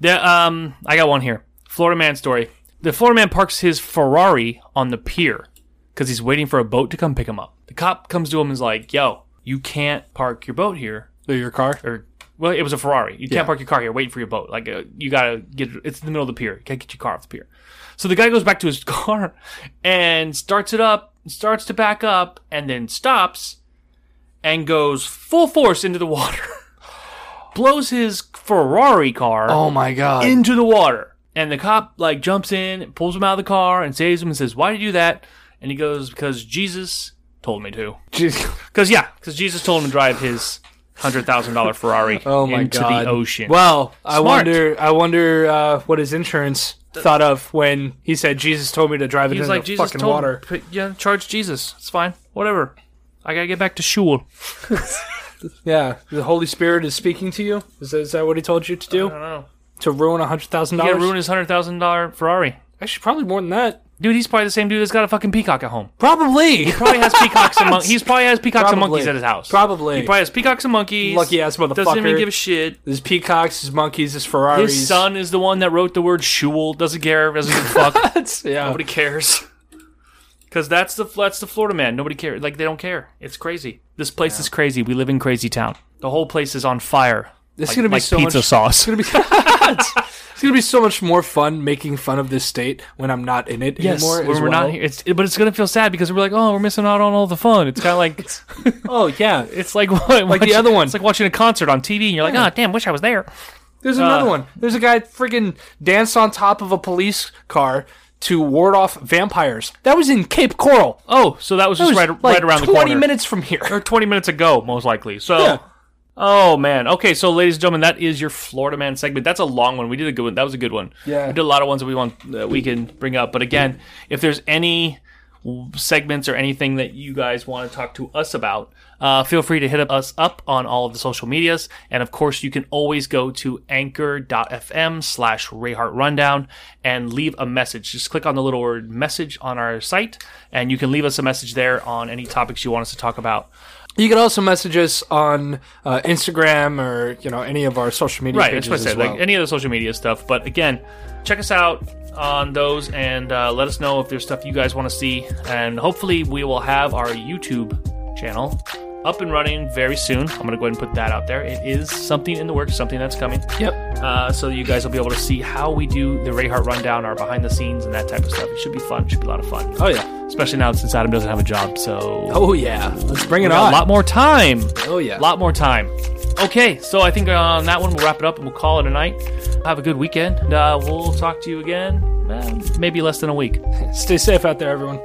S1: The, um, I got one here. Florida man story. The Florida man parks his Ferrari on the pier. because he's waiting for a boat to come pick him up. The cop comes to him and is like, "Yo, you can't park your boat here
S2: Or your car?
S1: or Well, it was a Ferrari. You can't park your car here. Waiting for your boat. Like uh, you gotta get. It's in the middle of the pier. You can't get your car off the pier. So the guy goes back to his car and starts it up, starts to back up, and then stops and goes full force into the water. Blows his Ferrari car
S2: Oh my god.
S1: into the water. And the cop like jumps in, and pulls him out of the car, and saves him and says, "Why did you do that?" And he goes, "Because Jesus told me to."
S2: Jeez.
S1: Because yeah, because Jesus told him to drive his hundred thousand dollar Ferrari
S2: Oh my
S1: into
S2: god.
S1: the ocean.
S2: Well, I
S1: Smart.
S2: wonder I wonder uh, what his insurance thought of when he said Jesus told me to drive it
S1: He's
S2: into
S1: like,
S2: the
S1: Jesus
S2: fucking
S1: told
S2: water.
S1: Him, yeah, charge Jesus. It's fine. Whatever. I gotta get back to shul.
S2: Yeah. The Holy Spirit is speaking to you? Is that, is that what he told you to do?
S1: I don't know.
S2: to ruin a hundred thousand
S1: He
S2: dollars?
S1: gotta ruin his hundred thousand dollar Ferrari.
S2: Actually probably more than that.
S1: Dude, he's probably the same dude that's got a fucking peacock at home.
S2: Probably.
S1: Probably has peacocks and mon- he's probably has peacocks and monkeys at his house.
S2: Probably.
S1: He probably has peacocks and monkeys.
S2: Lucky ass motherfucker.
S1: doesn't even give a shit.
S2: his peacocks, his monkeys, his Ferraris.
S1: His son is the one that wrote the word shul. Doesn't care. Doesn't give a fuck.
S2: That's- yeah.
S1: Nobody cares. Because that's the that's the Florida man. Nobody cares. Like they don't care. It's crazy. This place is crazy. We live in crazy town. The whole place is on fire.
S2: It's
S1: Like-
S2: gonna be
S1: like
S2: so
S1: pizza
S2: much.
S1: sauce.
S2: It's gonna be. it's gonna be so much more fun making fun of this state when I'm not in it anymore.
S1: when
S2: as
S1: we're
S2: well.
S1: not here. It's, but it's gonna feel sad because we're like, oh, we're missing out on all the fun. It's kind of like
S2: Oh yeah,
S1: it's like like
S2: other one.
S1: It's like watching a concert on TV, and you're like, oh, damn, wish I was there. Uh,
S2: there's another one. There's a guy friggin' danced on top of a police car to ward off vampires. That was in Cape Coral.
S1: Oh, so that was
S2: That
S1: just
S2: was
S1: right
S2: like
S1: right around the
S2: twenty
S1: corner.
S2: minutes from here.
S1: or 20 minutes ago, most likely. So,
S2: Yeah.
S1: oh man. Okay, so ladies and gentlemen, that is your Florida Man segment. That's a long one. We did a good one. That was a good one.
S2: Yeah.
S1: We did a lot of ones that we want that we can bring up. But again, if there's any w- segments or anything that you guys want to talk to us about, uh, feel free to hit up- us up on all of the social medias. And of course, you can always go to anchor.fm slash Rayhart Rundown and leave a message. Just click on the little word message on our site, and you can leave us a message there on any topics you want us to talk about.
S2: You can also message us on uh, Instagram or you know any of our social media
S1: right that's
S2: pages
S1: what i
S2: as
S1: said
S2: well.
S1: like any of the social media stuff but again check us out on those and uh, let us know if there's stuff you guys want to see and hopefully we will have our youtube channel up and running very soon i'm gonna go ahead and put that out there it is something in the works something that's coming
S2: yep.
S1: uh, so you guys will be able to see how we do the Rayhart rundown our behind the scenes and that type of stuff it should be fun it should be a lot of fun
S2: Oh yeah.
S1: especially now since adam doesn't have a job so
S2: Oh yeah. Let's bring it
S1: we got
S2: on.
S1: a lot more time
S2: oh yeah.
S1: a lot more time. Okay, so I think uh, on that one we'll wrap it up and we'll call it a night. Have a good weekend. and, Uh, we'll talk to you again, eh, maybe less than a week.
S2: Stay safe out there, everyone.